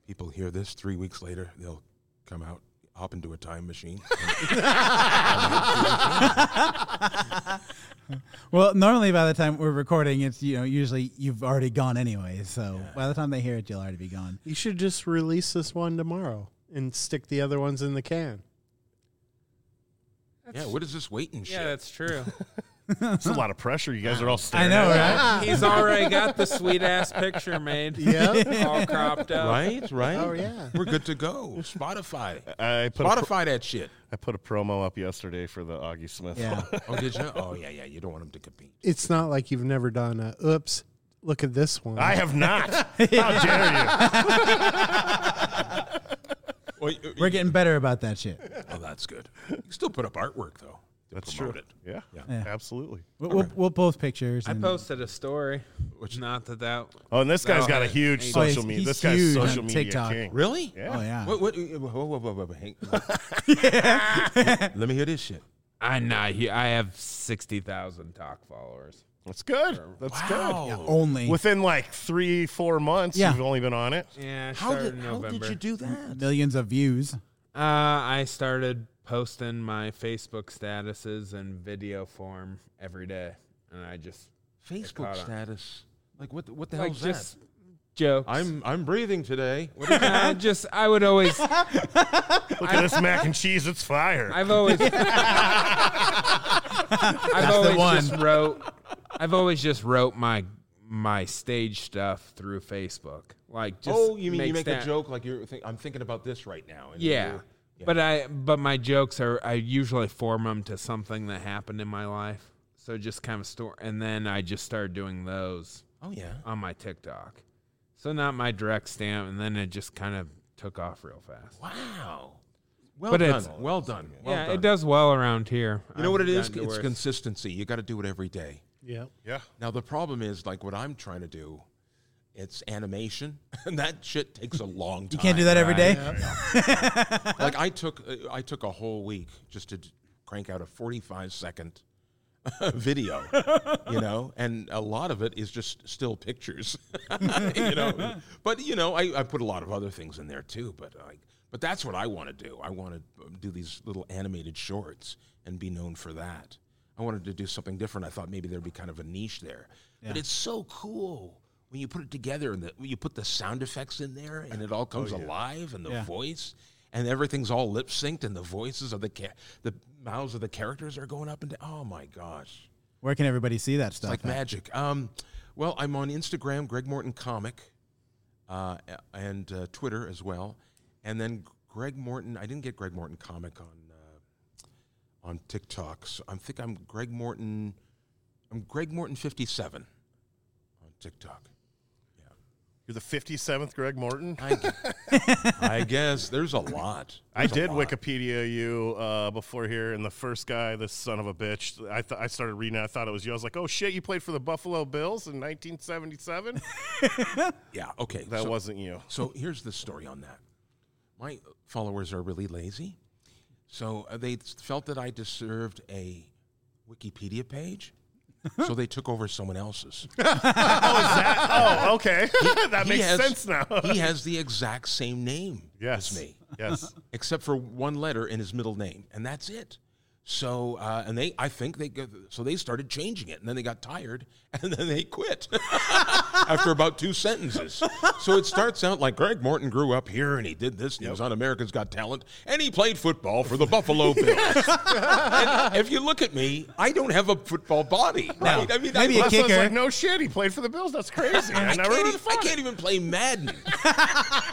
D: people hear this three weeks later, they'll come out, hop into a time machine.
B: well, normally by the time we're recording, it's you know usually you've already gone anyway, so by the time they hear it, you'll already be gone.
C: You should just release this one tomorrow and stick the other ones in
B: (laughs)
C: the can.
D: yeah, what is this waiting shit?
F: yeah, that's
D: (laughs)
F: true.
A: It's a lot of pressure. You guys are all
B: I
A: staring.
B: know,
A: At
B: right?
D: Ah.
F: He's already got the sweet ass picture made.
C: Yeah.
F: (laughs) All cropped (laughs) up.
D: right, right.
C: Oh, yeah.
D: We're good to go. (laughs) Spotify.
A: me. I put a, pro-
D: Spotify that shit.
A: I put a promo up yesterday for the Augie Smith.
B: Yeah.
D: Oh, did you? Oh, yeah, yeah. You don't want them to compete.
C: (laughs) It's not like you've never done a oops, look at this one.
A: I have
B: (laughs)
A: not. How dare you?
D: (laughs) Well, you-
B: (laughs) We're getting better about that shit.
D: oh, that's good. (laughs) You can still put up artwork, though. to
A: That's true.
D: promote It.
A: Yeah,
B: Yeah.
A: absolutely.
B: We'll, we'll, we'll post pictures.
F: I
B: and-
F: posted a story. Which not that that
A: Oh, and this guy's
F: Oh,
A: got a
F: hey.
A: huge
F: Hey,
A: social
B: he's-
A: media.
B: he's
A: This guy's
B: huge
A: social
B: on
A: media
B: TikTok.
A: king.
D: Really?
A: Yeah.
B: Oh yeah.
D: What, what, whoa, whoa, whoa, whoa, whoa, hang- (laughs) Let me hear this shit.
F: I know he- I have sixty thousand talk followers.
A: That's good. That's
D: Wow.
B: Yeah, only
A: good. Within like three, four months,
B: Yeah.
A: you've only been on it.
F: Yeah, I
D: How
F: started
D: did,
F: in
D: how
F: November.
D: did you do that?
B: millions of views.
F: Uh, I started posting my Facebook statuses in video form every day, and I just
D: Facebook
F: caught on.
D: status. Like what? the- What the
F: like
D: hell's that?
F: just jokes.
D: I'm I'm breathing (laughs) today.
F: What is- (laughs) I just I would
D: (laughs)
F: always
A: Look at this mac and cheese. It's fire.
F: I've always I've always just
B: one.
F: wrote I've always just wrote my my stage stuff through Facebook. Like just
D: oh, you mean you
F: makes
D: make
F: that-
D: a joke like you're? Think, I'm thinking about this right now. and
F: Yeah.
D: you're-
F: But I but my jokes are I usually form them to something that happened in my life. So just kind of store and then I just started doing those
D: Oh yeah.
F: on my TikTok. So not my direct stamp and then it just kind of took off real fast.
D: Wow. Well
F: But
D: done.
F: it's-
D: Well done. Well
F: yeah,
D: done.
F: it does well around here.
D: You know what it is? It's
F: It's (laughs)
D: consistency. You got to do it every day.
C: yeah.
A: yeah.
D: Now the problem is like what I'm trying to do. It's animation, (laughs) and that shit takes a long time.
B: You can't do that every day.
D: Like I took uh, I took a whole week just to d- crank out a 45 second (laughs) video, you know, and a lot of it is just still pictures, (laughs) you know. But you know, I, I put a lot of other things in there too. But like, but that's what I want to do. I want to do these little animated shorts and be known for that. I wanted to do something different. I thought maybe there'd be kind of a niche there. But it's so cool. When you put it together and the, when you put the sound effects in there and it all comes alive and the voice and everything's all lip synced, and the voices of the ca- the mouths of the characters are going up and down. Oh my gosh.
B: Where can everybody see that stuff?
D: It's like
B: at?
D: magic. Um, well, I'm on Instagram, Greg Morton Comic, uh, and uh, Twitter as well. And then Greg Morton. I didn't get Greg Morton Comic on uh, on TikTok. So I think I'm Greg Morton. I'm Greg Morton 57 on TikTok.
A: You're the 57th Greg Morton.
D: I, gu-
A: (laughs)
D: I guess there's a lot.
A: I
D: There's a
A: did
D: lot.
A: Wikipedia you uh, before here, and the first guy, this son of a bitch, I th- I started reading. it, I thought it was you. I was like, "Oh shit, you played for the Buffalo Bills in 1977."
D: Yeah. Okay.
A: That
D: so-
A: wasn't you.
D: So here's the story on that. My followers are really lazy, so uh, they felt that I deserved a Wikipedia page, so they took over someone else's.
A: oh, (laughs) okay, (laughs) that
D: He
A: makes
D: has-
A: sense now.
D: he has the exact same name
A: yes,
D: as me,
A: Yes,
D: except for one letter in his middle name, and that's it. So uh, and they, I think they go- so they started changing it, and then they got tired, (laughs) and then they quit (laughs) after about two sentences. So it starts out like Greg Morton grew up here, and he did this, and he was on America's Got Talent, and he played football for the Buffalo Bills. and if you look at me, I don't have a football body, right? I mean,
B: maybe
D: I,
B: a
A: Plus, I was
B: kicker.
A: like, "No shit, he played for the Bills. That's crazy." I,
D: I
A: never
D: can't,
A: would
D: even,
A: have
D: I
A: thought.
D: can't even
B: (laughs)
D: play Madden.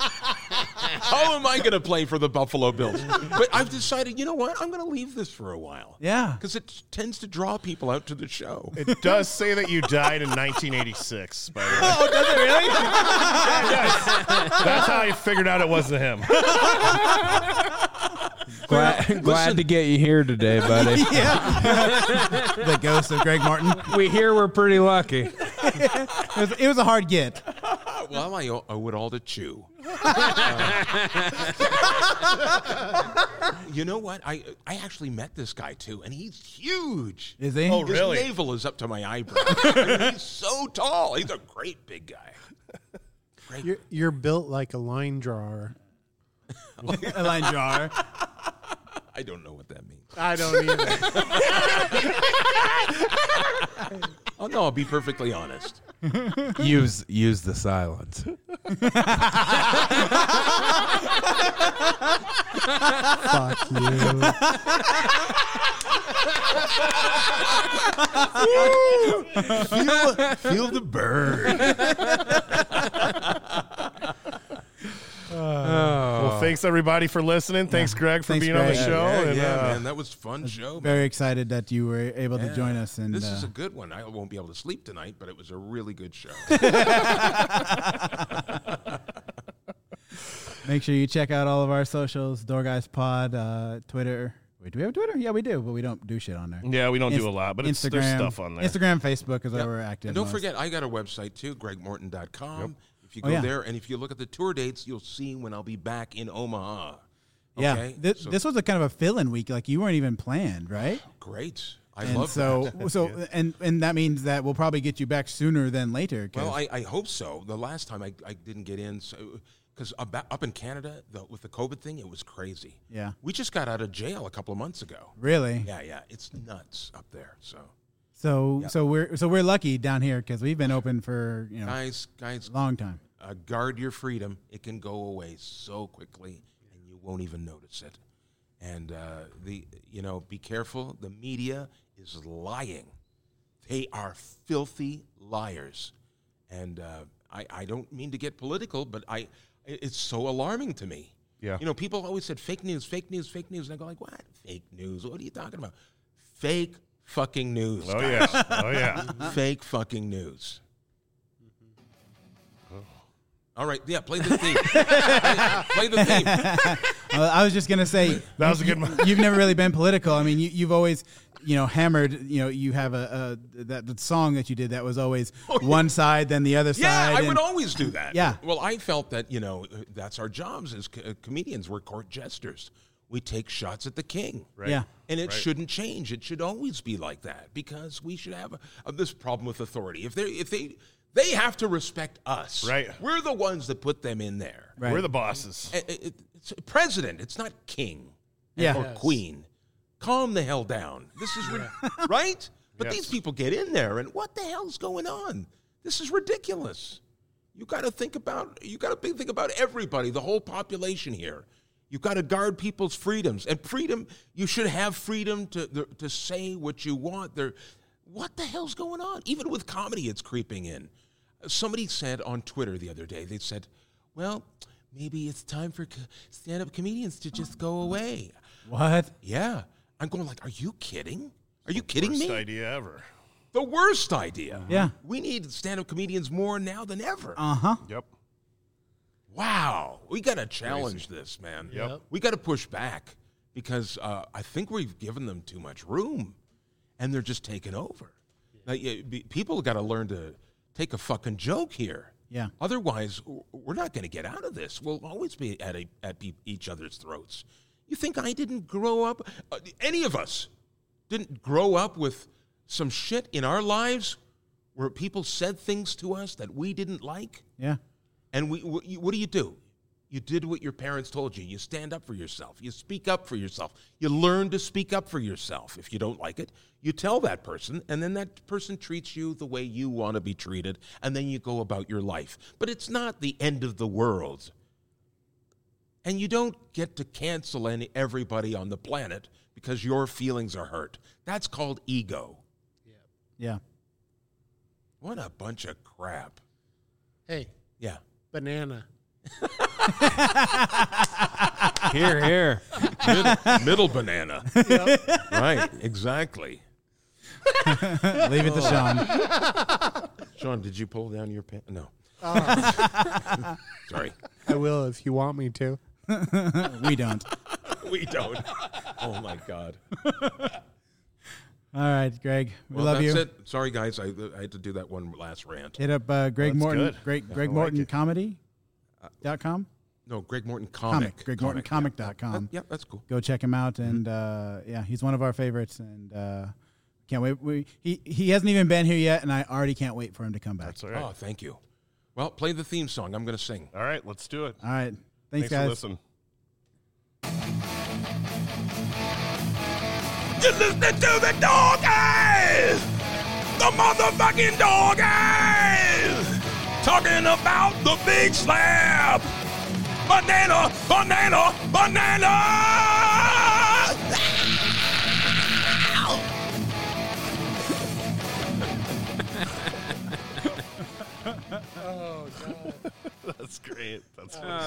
D: How am I going to play for the Buffalo Bills? But I've decided, you know what? I'm going to leave this for a while.
B: Yeah. (laughs)
D: Because it tends to draw people out to the show.
A: It does say that you died in 1986. By the way.
B: Oh, does it really?
A: yes. That's how I figured out it wasn't him.
F: Glad, (laughs) glad to get you here today, (laughs) buddy.
B: the ghost of Greg Martin.
F: We hear we're pretty lucky.
B: It was, it was a hard get.
D: well, I owe, owe oh, it all
B: (laughs)
D: to Chew. you know what? I I actually met this guy too, and he's huge.
B: Is he?
A: Oh,
B: (laughs)
A: really?
D: His navel is up to my eyebrow. (laughs) I mean, he's so tall. He's a great big guy.
C: You're, you're built like a line drawer.
B: a line jar.
D: I don't know what that means.
C: I don't either.
D: (laughs) Oh no, I'll be perfectly honest.
F: Use use the silence.
C: Fuck you.
D: Feel the burn.
F: Oh,
A: Well, thanks everybody for listening. Thanks, Greg, for
B: Oh. Thanks,
A: being on the
B: Greg.
A: show.
D: yeah,
A: and,
D: yeah,
A: uh,
D: man, that was a fun show. man.
B: Very excited that you were able to join us. And
D: this
B: uh,
D: is a good one. I won't be able to sleep tonight, but it was a really
B: (laughs)
D: good show.
B: make sure you check out all of our socials: Door Guys Pod, uh, Twitter. Wait, do we have a Twitter? Yeah, we do, but we don't do shit on there.
A: yeah, we don't
B: Inst-
A: do a lot, but it's, there's stuff on there.
B: Instagram, Facebook is where we're active.
D: And don't
B: most.
D: forget, I got a website too, gregmorton.com. If you
B: Oh,
D: go
B: yeah.
D: there and if you look at the tour dates, you'll see when I'll be back in Omaha.
B: yeah,
D: okay,
B: Thi-
D: so-
B: this was a kind of a fill-in week. Like you weren't even planned, right?
D: Great. (laughs) I
B: and
D: love
B: so, (laughs)
D: that. (laughs)
B: so, and and that means that we'll probably get you back sooner than later. 'cause-
D: Well, I, I hope so. The last time I, I didn't get in, so because up in Canada the, with the COVID thing, it was crazy.
B: Yeah.
D: we just got out of jail a couple of months ago.
B: really.
D: Yeah, yeah, it's nuts up there. So
B: So so we're so we're lucky down here because we've been open for you know
D: guys, guys,
B: a long time.
D: uh, guard your freedom. It can go away so quickly, and you won't even notice it. And uh, the you know, be careful. The media is lying. They are filthy liars. And uh, I, I don't mean to get political, but I it- it's so alarming to me.
A: Yeah.
D: You know, people always said fake news, fake news, fake news, and I go like, what? Fake news? What are you talking about? Fake fucking news.
A: Oh
D: guys.
A: yeah, oh yeah.
D: Fake fucking news. Oh. All right, yeah, play the theme. (laughs) play, play the theme.
B: Uh, I was just gonna say
A: That was a good one.
B: you've never really been political. I mean, you, you've always you know hammered. You know, you have a, a that the song that you did that was always one side then the other
D: Yeah,
B: side.
D: I
B: and-
D: would always do that.
B: Yeah.
D: Well, I felt that you know that's our jobs as co- uh, comedians. We're court jesters. We take shots at the king. Right.
B: Yeah.
D: And it shouldn't change. It should always be like that because we should have uh, this problem with authority. If they if they they have to respect us.
A: Right.
D: We're the ones that put them in there.
B: Right.
A: We're the bosses.
D: I- I- It's a president. It's not king.
B: Yeah.
D: or queen. Calm the hell down. This is rid- (laughs) right. But
A: Yes.
D: these people get in there, and what the hell's going on? This is ridiculous. You got to think about you got to think about everybody, the whole population here. You You've got to guard people's freedoms, and freedom. You should have freedom to the- to say what you want. There, what the hell's going on? Even with comedy, it's creeping in. Somebody said on Twitter the other day. They said, "Well, maybe it's time for co- stand-up comedians to just go away."
B: What?
D: Yeah, I'm going like, "Are you kidding? Are you kidding
A: Worst
D: me?
A: idea ever.
D: The worst idea."
B: Yeah.
D: We need stand-up comedians more now than ever.
B: Uh huh.
A: Yep.
D: Wow, we got to challenge this, man.
A: Yep.
D: We got to push back because uh, I think we've given them too much room, and they're just taking over. Now, yeah, be- people got to learn to take a fucking joke here.
B: Yeah.
D: Otherwise, w- we're not going to get out of this. We'll always be at a, at pe- each other's throats. You think I didn't grow up? Uh, any of us didn't grow up with some shit in our lives where people said things to us that we didn't like?
B: Yeah.
D: And we, wh- you- what do you do? You did what your parents told you. You stand up for yourself. You speak up for yourself. You learn to speak up for yourself. If you don't like it, you tell that person, and then that person treats you the way you want to be treated, and then you go about your life. But it's not the end of the world. And you don't get to cancel any, everybody on the planet because your feelings are hurt. That's called ego.
B: Yeah.
D: What a bunch of crap.
C: Hey,
D: Yeah.
C: banana.
F: Here, here.
D: middle, middle banana. Right, exactly.
B: Leave it to Sean.
D: Sean, did you pull down your pants? No.
B: Uh.
D: (laughs) Sorry.
C: I will if you want me to.
B: We don't.
D: We don't. Oh my God.
B: All right, Greg. We
D: Well,
B: love
D: that's
B: you.
D: it. Sorry, guys. I, I had to do that one last rant.
B: Hit up uh, Greg
A: That's
B: Morton.
A: good.
B: Greg, Greg
A: I like
B: Morton
A: it.
B: comedy. Dot com.
D: No, Greg Morton
B: Comic.
D: comic.
B: Greg Morton comic. Dot
D: Yeah.
B: com.
D: yeah, that's cool.
B: Go check him out,
A: Mm-hmm.
B: and uh, yeah, he's one of our favorites, and uh, can't wait. We, he he hasn't even been here yet, and I already can't wait for him to come back.
A: That's all right.
D: Oh, thank you. Well, play the theme song. I'm going to sing.
A: All right, let's do it.
B: All right, thanks,
A: Thanks for
B: guys.
A: listening.
H: You're listening to the dog eyes! The motherfucking dog eyes! Talking about the big slab! Banana, banana, banana!
A: That's great. That's what